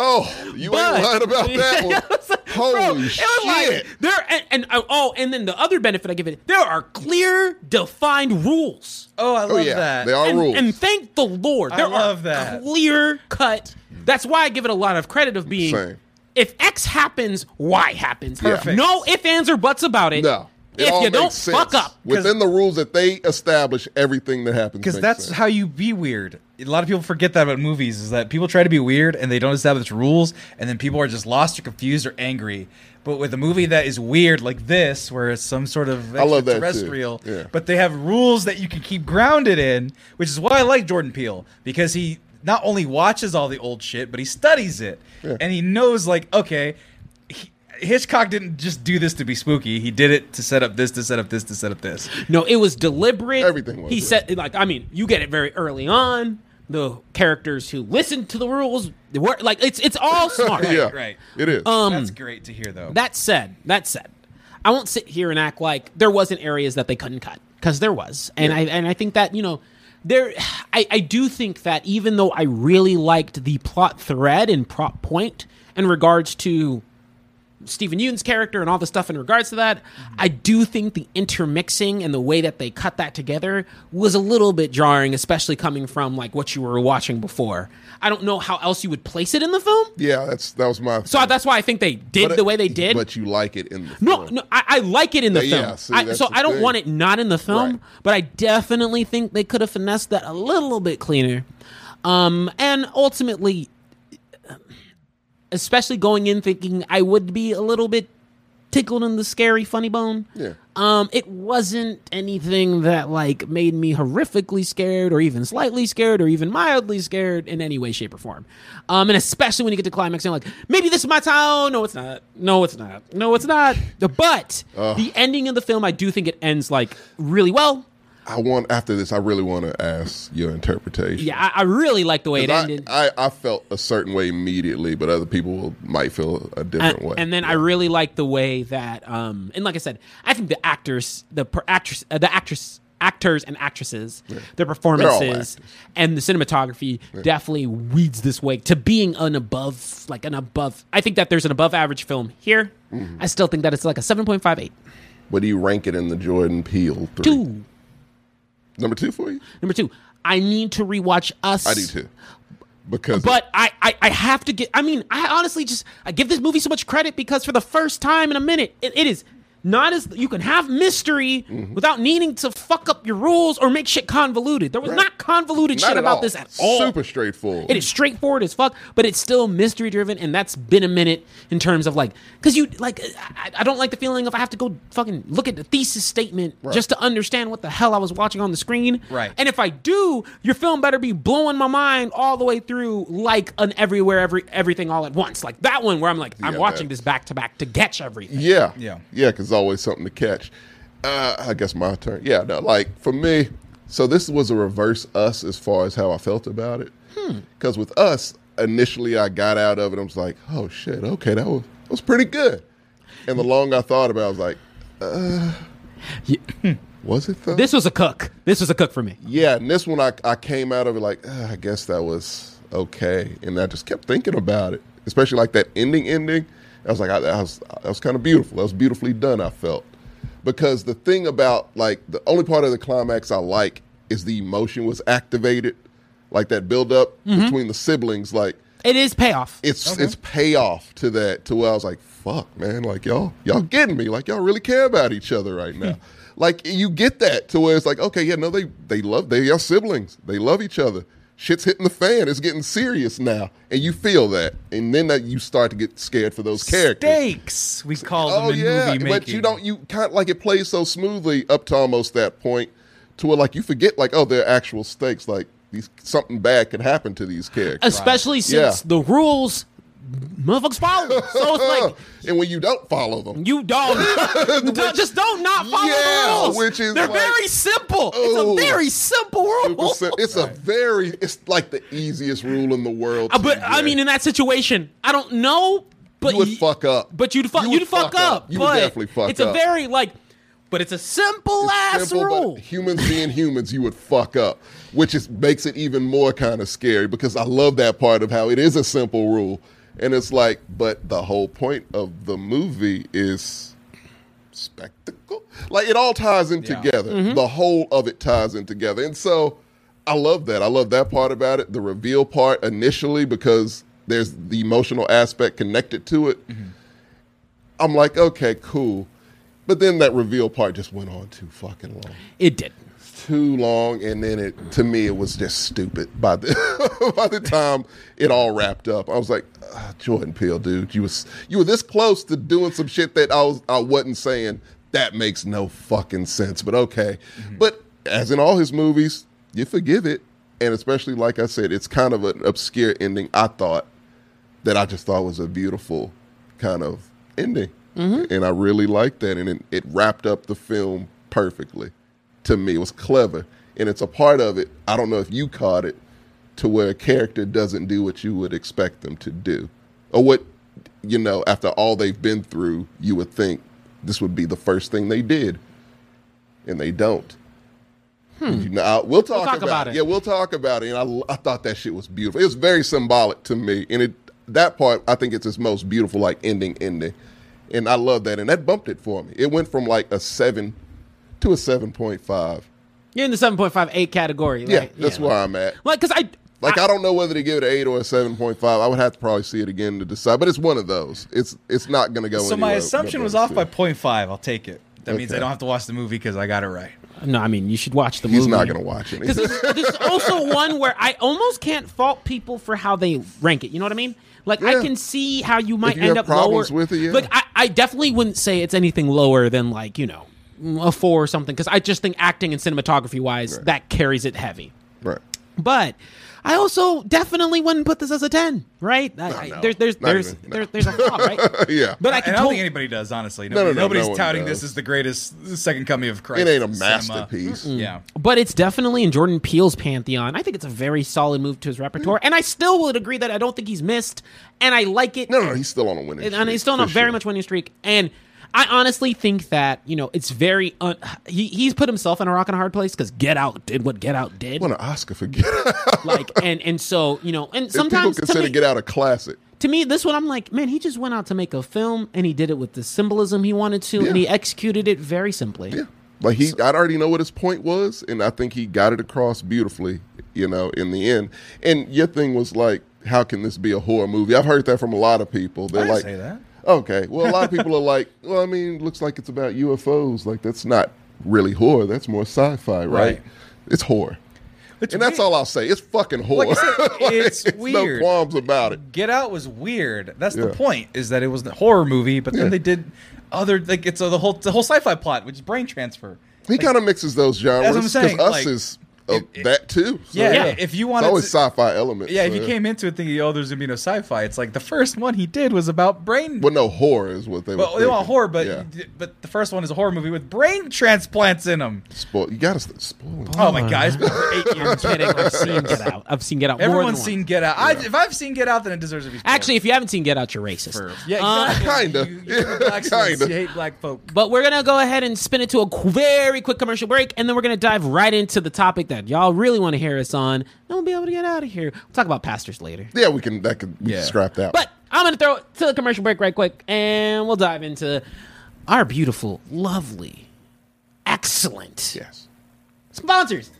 D: Oh, you
C: But-
D: ain't lying about that
C: Yeah,
D: one.
C: it's like,
D: Holy
C: bro, it was
D: shit!
C: Like, there and, and oh, and then the other benefit I give it, there are clear, defined rules.
A: Oh, I love
D: oh yeah,
A: that.
D: they are
C: and,
D: rules.
C: and thank the Lord,
A: I
C: there
A: love
C: are
A: that.
C: clear cut. That's why I give it a lot of credit of being.
D: Same.
C: If X happens, Y happens.
D: Yeah. Perfect.
C: No if ands or buts about it.
D: no, it
C: if
D: all
C: you don't
D: makes sense.
C: fuck up,
D: within the rules that they establish, everything that happens
A: because
D: makes
A: that's
D: sense.
A: how you be weird. A lot of people forget that about movies is that people try to be weird and they don't establish rules, and then people are just lost or confused or angry. But with a movie that is weird like this, where it's some sort of
D: I love that too.
A: extraterrestrial,
D: Yeah.
A: but they have rules that you can keep grounded in, which is why I like Jordan Peele because he not only watches all the old shit, but he studies it
D: Yeah.
A: and he knows like okay. he- Hitchcock didn't just do this to be spooky. He did it to set up this, to set up this, to set up this.
C: No, it was deliberate.
D: Everything was,
C: He
D: yeah.
C: said, like, I mean, you get it very early on. The characters who listened to the rules were like, it's it's all smart.
D: yeah,
A: right.
D: It is.
C: Um,
A: That's great to hear, though.
C: That said, that said, I won't sit here and act like there wasn't areas that they couldn't cut because there was, and I and I think that you know. There, I, I do think that even though I really liked the plot thread and prop point in regards to Stephen Yeun's character and all the stuff in regards to that,
D: Mm-hmm.
C: I do think the intermixing and the way that they cut that together was a little bit jarring, especially coming from like what you were watching before. I don't know how else you would place it in the film,
D: yeah, that's that was my.
C: so that's why I think they did
D: But
C: the
D: it-
C: way they did.
D: but you like it in the
C: No,
D: film.
C: no, I, I like it in the
D: Yeah,
C: film.
D: yeah, see,
C: I,
D: that's
C: so
D: the
C: I don't
D: thing.
C: want it not in the film,
D: Right.
C: but I definitely think they could have finessed that a little bit cleaner. Um, and ultimately, especially going in thinking I would be a little bit tickled in the scary funny bone.
D: Yeah.
C: Um, it wasn't anything that like made me horrifically scared, or even slightly scared, or even mildly scared in any way, shape, or form. Um, and especially when you get to climax, and you're like, maybe this is my town. No, it's not. No, it's not. No, it's not. But the ending of the film, I do think it ends like really well.
D: I want after this. I really want to ask your interpretation.
C: Yeah, I, I really like the way it
D: 'Cause
C: ended.
D: I, I, I felt a certain way immediately, but other people will, might feel a different
C: and,
D: way.
C: Uh, and then I really like the way that, um, and like I said, I think the actors, the per- actress, uh, the actress, actors and actresses, their
D: actors.
C: performances, and the cinematography definitely weeds this way to being an above, like an above. I think that there's an above average film here.
D: Mm-hmm.
C: I still think that it's like a seven point five eight
D: what do you rank it in the Jordan Peele? Three?
C: two.
D: Number two for you?
C: Number two, I need to rewatch Us.
D: I do too. Because
C: But I, I, I have to get. I mean, I honestly just I give this movie so much credit because for the first time in a minute, it, it is not as you can have mystery
D: Mm-hmm.
C: without needing to fuck up your rules or make shit convoluted. There was not convoluted
D: not
C: shit
D: at
C: about
D: all.
C: this at all.
D: Super straightforward.
C: It is straightforward as fuck, but it's still mystery driven, and that's been a minute in terms of like, because you like, I, I don't like the feeling of I have to go fucking look at the thesis statement just to understand what the hell I was watching on the screen.
A: Right.
C: And if I do, your film better be blowing my mind all the way through, like an everywhere, every everything all at once, like that one where I'm like, I'm
D: Yeah,
C: watching
D: that-
C: this back to back to catch everything.
D: Yeah.
A: Yeah.
D: Yeah, because always something to catch. Uh, I guess my turn. Yeah, no, like for me, so this was a reverse us as far as how I felt about it. Because with us, initially I got out of it. I was like, oh shit, okay, that was, that was pretty good. And the longer I thought about it, I was like, uh, was it though?
C: This was a cook. This was a cook for me.
D: yeah, and this one I, I came out of it like, "Ah, I guess that was okay. And I just kept thinking about it, especially like that ending ending. I was like, I, I was, that was kind of beautiful. That was beautifully done, I felt. Because the thing about, like, the only part of the climax I like is the emotion was activated, like that buildup between the siblings. Like,
C: It is payoff.
D: it's it's payoff to that to where I was like, fuck, man, like y'all y'all getting me, like y'all really care about each other right now. like you get that to where it's like, okay, yeah, no, they they love they are siblings, they love each other. Shit's hitting the fan. It's getting serious now, and you feel that, and then that you start to get scared for those characters.
A: Stakes, we call them
D: Oh
A: in
D: yeah,
A: movie making.
D: but you don't. You kind of like it plays so smoothly up to almost that point, to where like you forget like oh there are actual stakes. Like these something bad could happen to these characters.
C: Especially since
D: Yeah.
C: the rules motherfuckers follow. them. So it's like
D: and when you don't follow them,
C: you don't, don't- just don't not follow
D: Yeah,
C: the rules.
D: which is
C: They're
D: like-
C: very simple.
D: Oh.
C: it's a very simple rule.
D: it's a, it's a very it's like the easiest rule in the world.
C: Uh,
D: to
C: But I
D: get.
C: mean, in that situation, I don't know. But
D: You would
C: y-
D: fuck up.
C: But you'd fuck.
D: You
C: You
D: would
C: would fuck,
D: fuck
C: up.
D: up. You would
C: but
D: definitely fuck
C: it's
D: up.
C: a very like. But it's a simple
D: It's
C: ass
D: simple, but
C: rule.
D: Humans being humans, you would fuck up, which is makes it even more kind of scary because I love that part of how it is a simple rule, and it's like, but the whole point of the movie is spectacle. Like it all ties in together. The whole of it ties in together, and so I love that. I love that part about it. The reveal part initially because there's the emotional aspect connected to it. I'm like, okay, cool. But then that reveal part just went on too fucking long.
C: It did.
D: Too long, and then it to me it was just stupid. By the by the time it all wrapped up, I was like, ah, Jordan Peele, dude, you was you were this close to doing some shit that I was I wasn't saying that makes no fucking sense. But okay, but as in all his movies, you forgive it, and especially like I said, it's kind of an obscure ending. I thought that I just thought was a beautiful kind of ending. And I really liked that. And it, it wrapped up the film perfectly to me. It was clever. And it's a part of it, I don't know if you caught it, to where a character doesn't do what you would expect them to do. Or what, you know, after all they've been through, you would think this would be the first thing they did. And they don't. Hmm. You know, I- we'll talk,
C: talk
D: about,
C: about
D: it.
C: it.
D: Yeah, we'll talk about it. And I, I thought that shit was beautiful. It was very symbolic to me, and it that part I think it's its most beautiful like ending ending, and I love that. And that bumped it for me. It went from like a seven to a seven point five.
C: You're in the 7.58 category.
D: Yeah,
C: like,
D: that's where I'm at.
C: Like, cause I
D: Like
C: I-
D: I, don't know whether to give it an eight or a seven point five. I would have to probably see it again to decide. But it's one of those. It's it's not going to go.
A: So my
D: anywhere
A: assumption
D: but
A: was
D: we'll
A: off
D: see.
A: by 0.5. I'll take it. That means I
D: Okay.
A: don't have to watch the movie because I got it right.
C: No, I mean you should watch the movie.
D: He's not going to watch it.
C: Because there's, there's also one where I almost can't fault people for how they rank it. You know what I mean? Like
D: Yeah.
C: I can see how you might
D: you
C: end
D: have
C: up
D: problems
C: lower.
D: with it, yeah.
C: Like I, I definitely wouldn't say it's anything lower than like you know a four or something. Because I just think acting and cinematography wise that carries it heavy.
D: right.
C: But I also definitely wouldn't put this as a ten, right? I, I-
D: no.
C: there's there's
D: Not
C: there's,
D: even, no.
C: there- there's a flaw, right?
D: Yeah.
C: But I can
A: And I don't
C: totally
A: think anybody does, honestly.
D: no,
A: Nobody,
D: no,
A: nobody's
D: no one
A: touting
D: does.
A: this as the greatest second coming of Christ.
D: it ain't a
A: in cinema.
D: masterpiece.
A: Yeah.
C: But it's definitely in Jordan Peele's pantheon. I think it's a very solid move to his repertoire, and I still would agree that I don't think he's missed, and I like it.
D: No, no, he's still on a
C: and,
D: winning. streak,
C: and he's still on a
D: for
C: very
D: sure.
C: much winning streak. And I honestly think that you know it's very un- he he's put himself in a rock and a hard place because Get Out did what Get Out did,
D: won an Oscar for Get Out.
C: like and and so you know and
D: people
C: sometimes to
D: consider
C: me-
D: Get Out a classic.
C: to me, this one, I'm like, man, he just went out to make a film and he did it with the symbolism he wanted to and
D: Yeah.
C: he executed it very simply.
D: Yeah, like he, I already know what his point was, and I think he got it across beautifully. You know, in the end, and your thing was like, how can this be a horror movie? I've heard that from a lot of people. They're
A: didn't
D: like,
A: say that.
D: okay, well, a lot of people are like, well, I mean, looks like it's about UFOs. Like that's not really horror. That's more sci-fi, right?
A: Right.
D: It's horror.
A: It's
D: and that's
A: weird.
D: all I'll say. It's fucking horror.
A: Like I said, it's
D: No
A: weird.
D: qualms about it.
A: Get Out was weird. That's the
D: Yeah.
A: point. Is that it was a horror movie, but then
D: Yeah.
A: they did other like it's a, the whole the whole sci-fi plot, which is brain transfer.
D: He kind of mixes those genres.
A: I'm saying,
D: us
A: like,
D: is uh,
A: it- it-
D: that too. So,
A: Yeah,
C: Yeah.
A: If you
D: it's
A: wanted,
D: always
A: to-
D: sci-fi elements.
A: yeah. If you
D: uh,
A: came into it thinking, oh, there's gonna be no sci-fi, it's like the first one he did was about brain.
D: well, no horror is what they. were
A: well, they want
D: thinking.
A: horror, but
D: yeah.
A: but the first one is a horror movie with brain transplants in them.
D: Spoil- you gotta st- spoil. it.
A: Oh, my god, it's been over eight
C: I'm
A: years.
C: kidding. I've seen Get Out. I've seen Get Out. more than
A: Everyone's
C: once.
A: seen Get Out. I, if I've seen Get Out, then it deserves to be. spoiled.
C: Actually, if you haven't seen Get Out, you're racist. Uh,
A: yeah, exactly.
D: Kinda.
A: You, you're a black
D: Kinda.
A: You hate black folk.
C: But we're gonna go ahead and spin it to a qu- very quick commercial break, and then we're gonna dive right into the topic that y'all really want to hear us on, and we'll be able to get out of here. We'll talk about pastors later.
D: Yeah, we can. That could we
A: Yeah.
D: can scrap that.
C: But I'm gonna throw it to the commercial break right quick, and we'll dive into our beautiful, lovely, excellent
D: yes.
C: sponsors.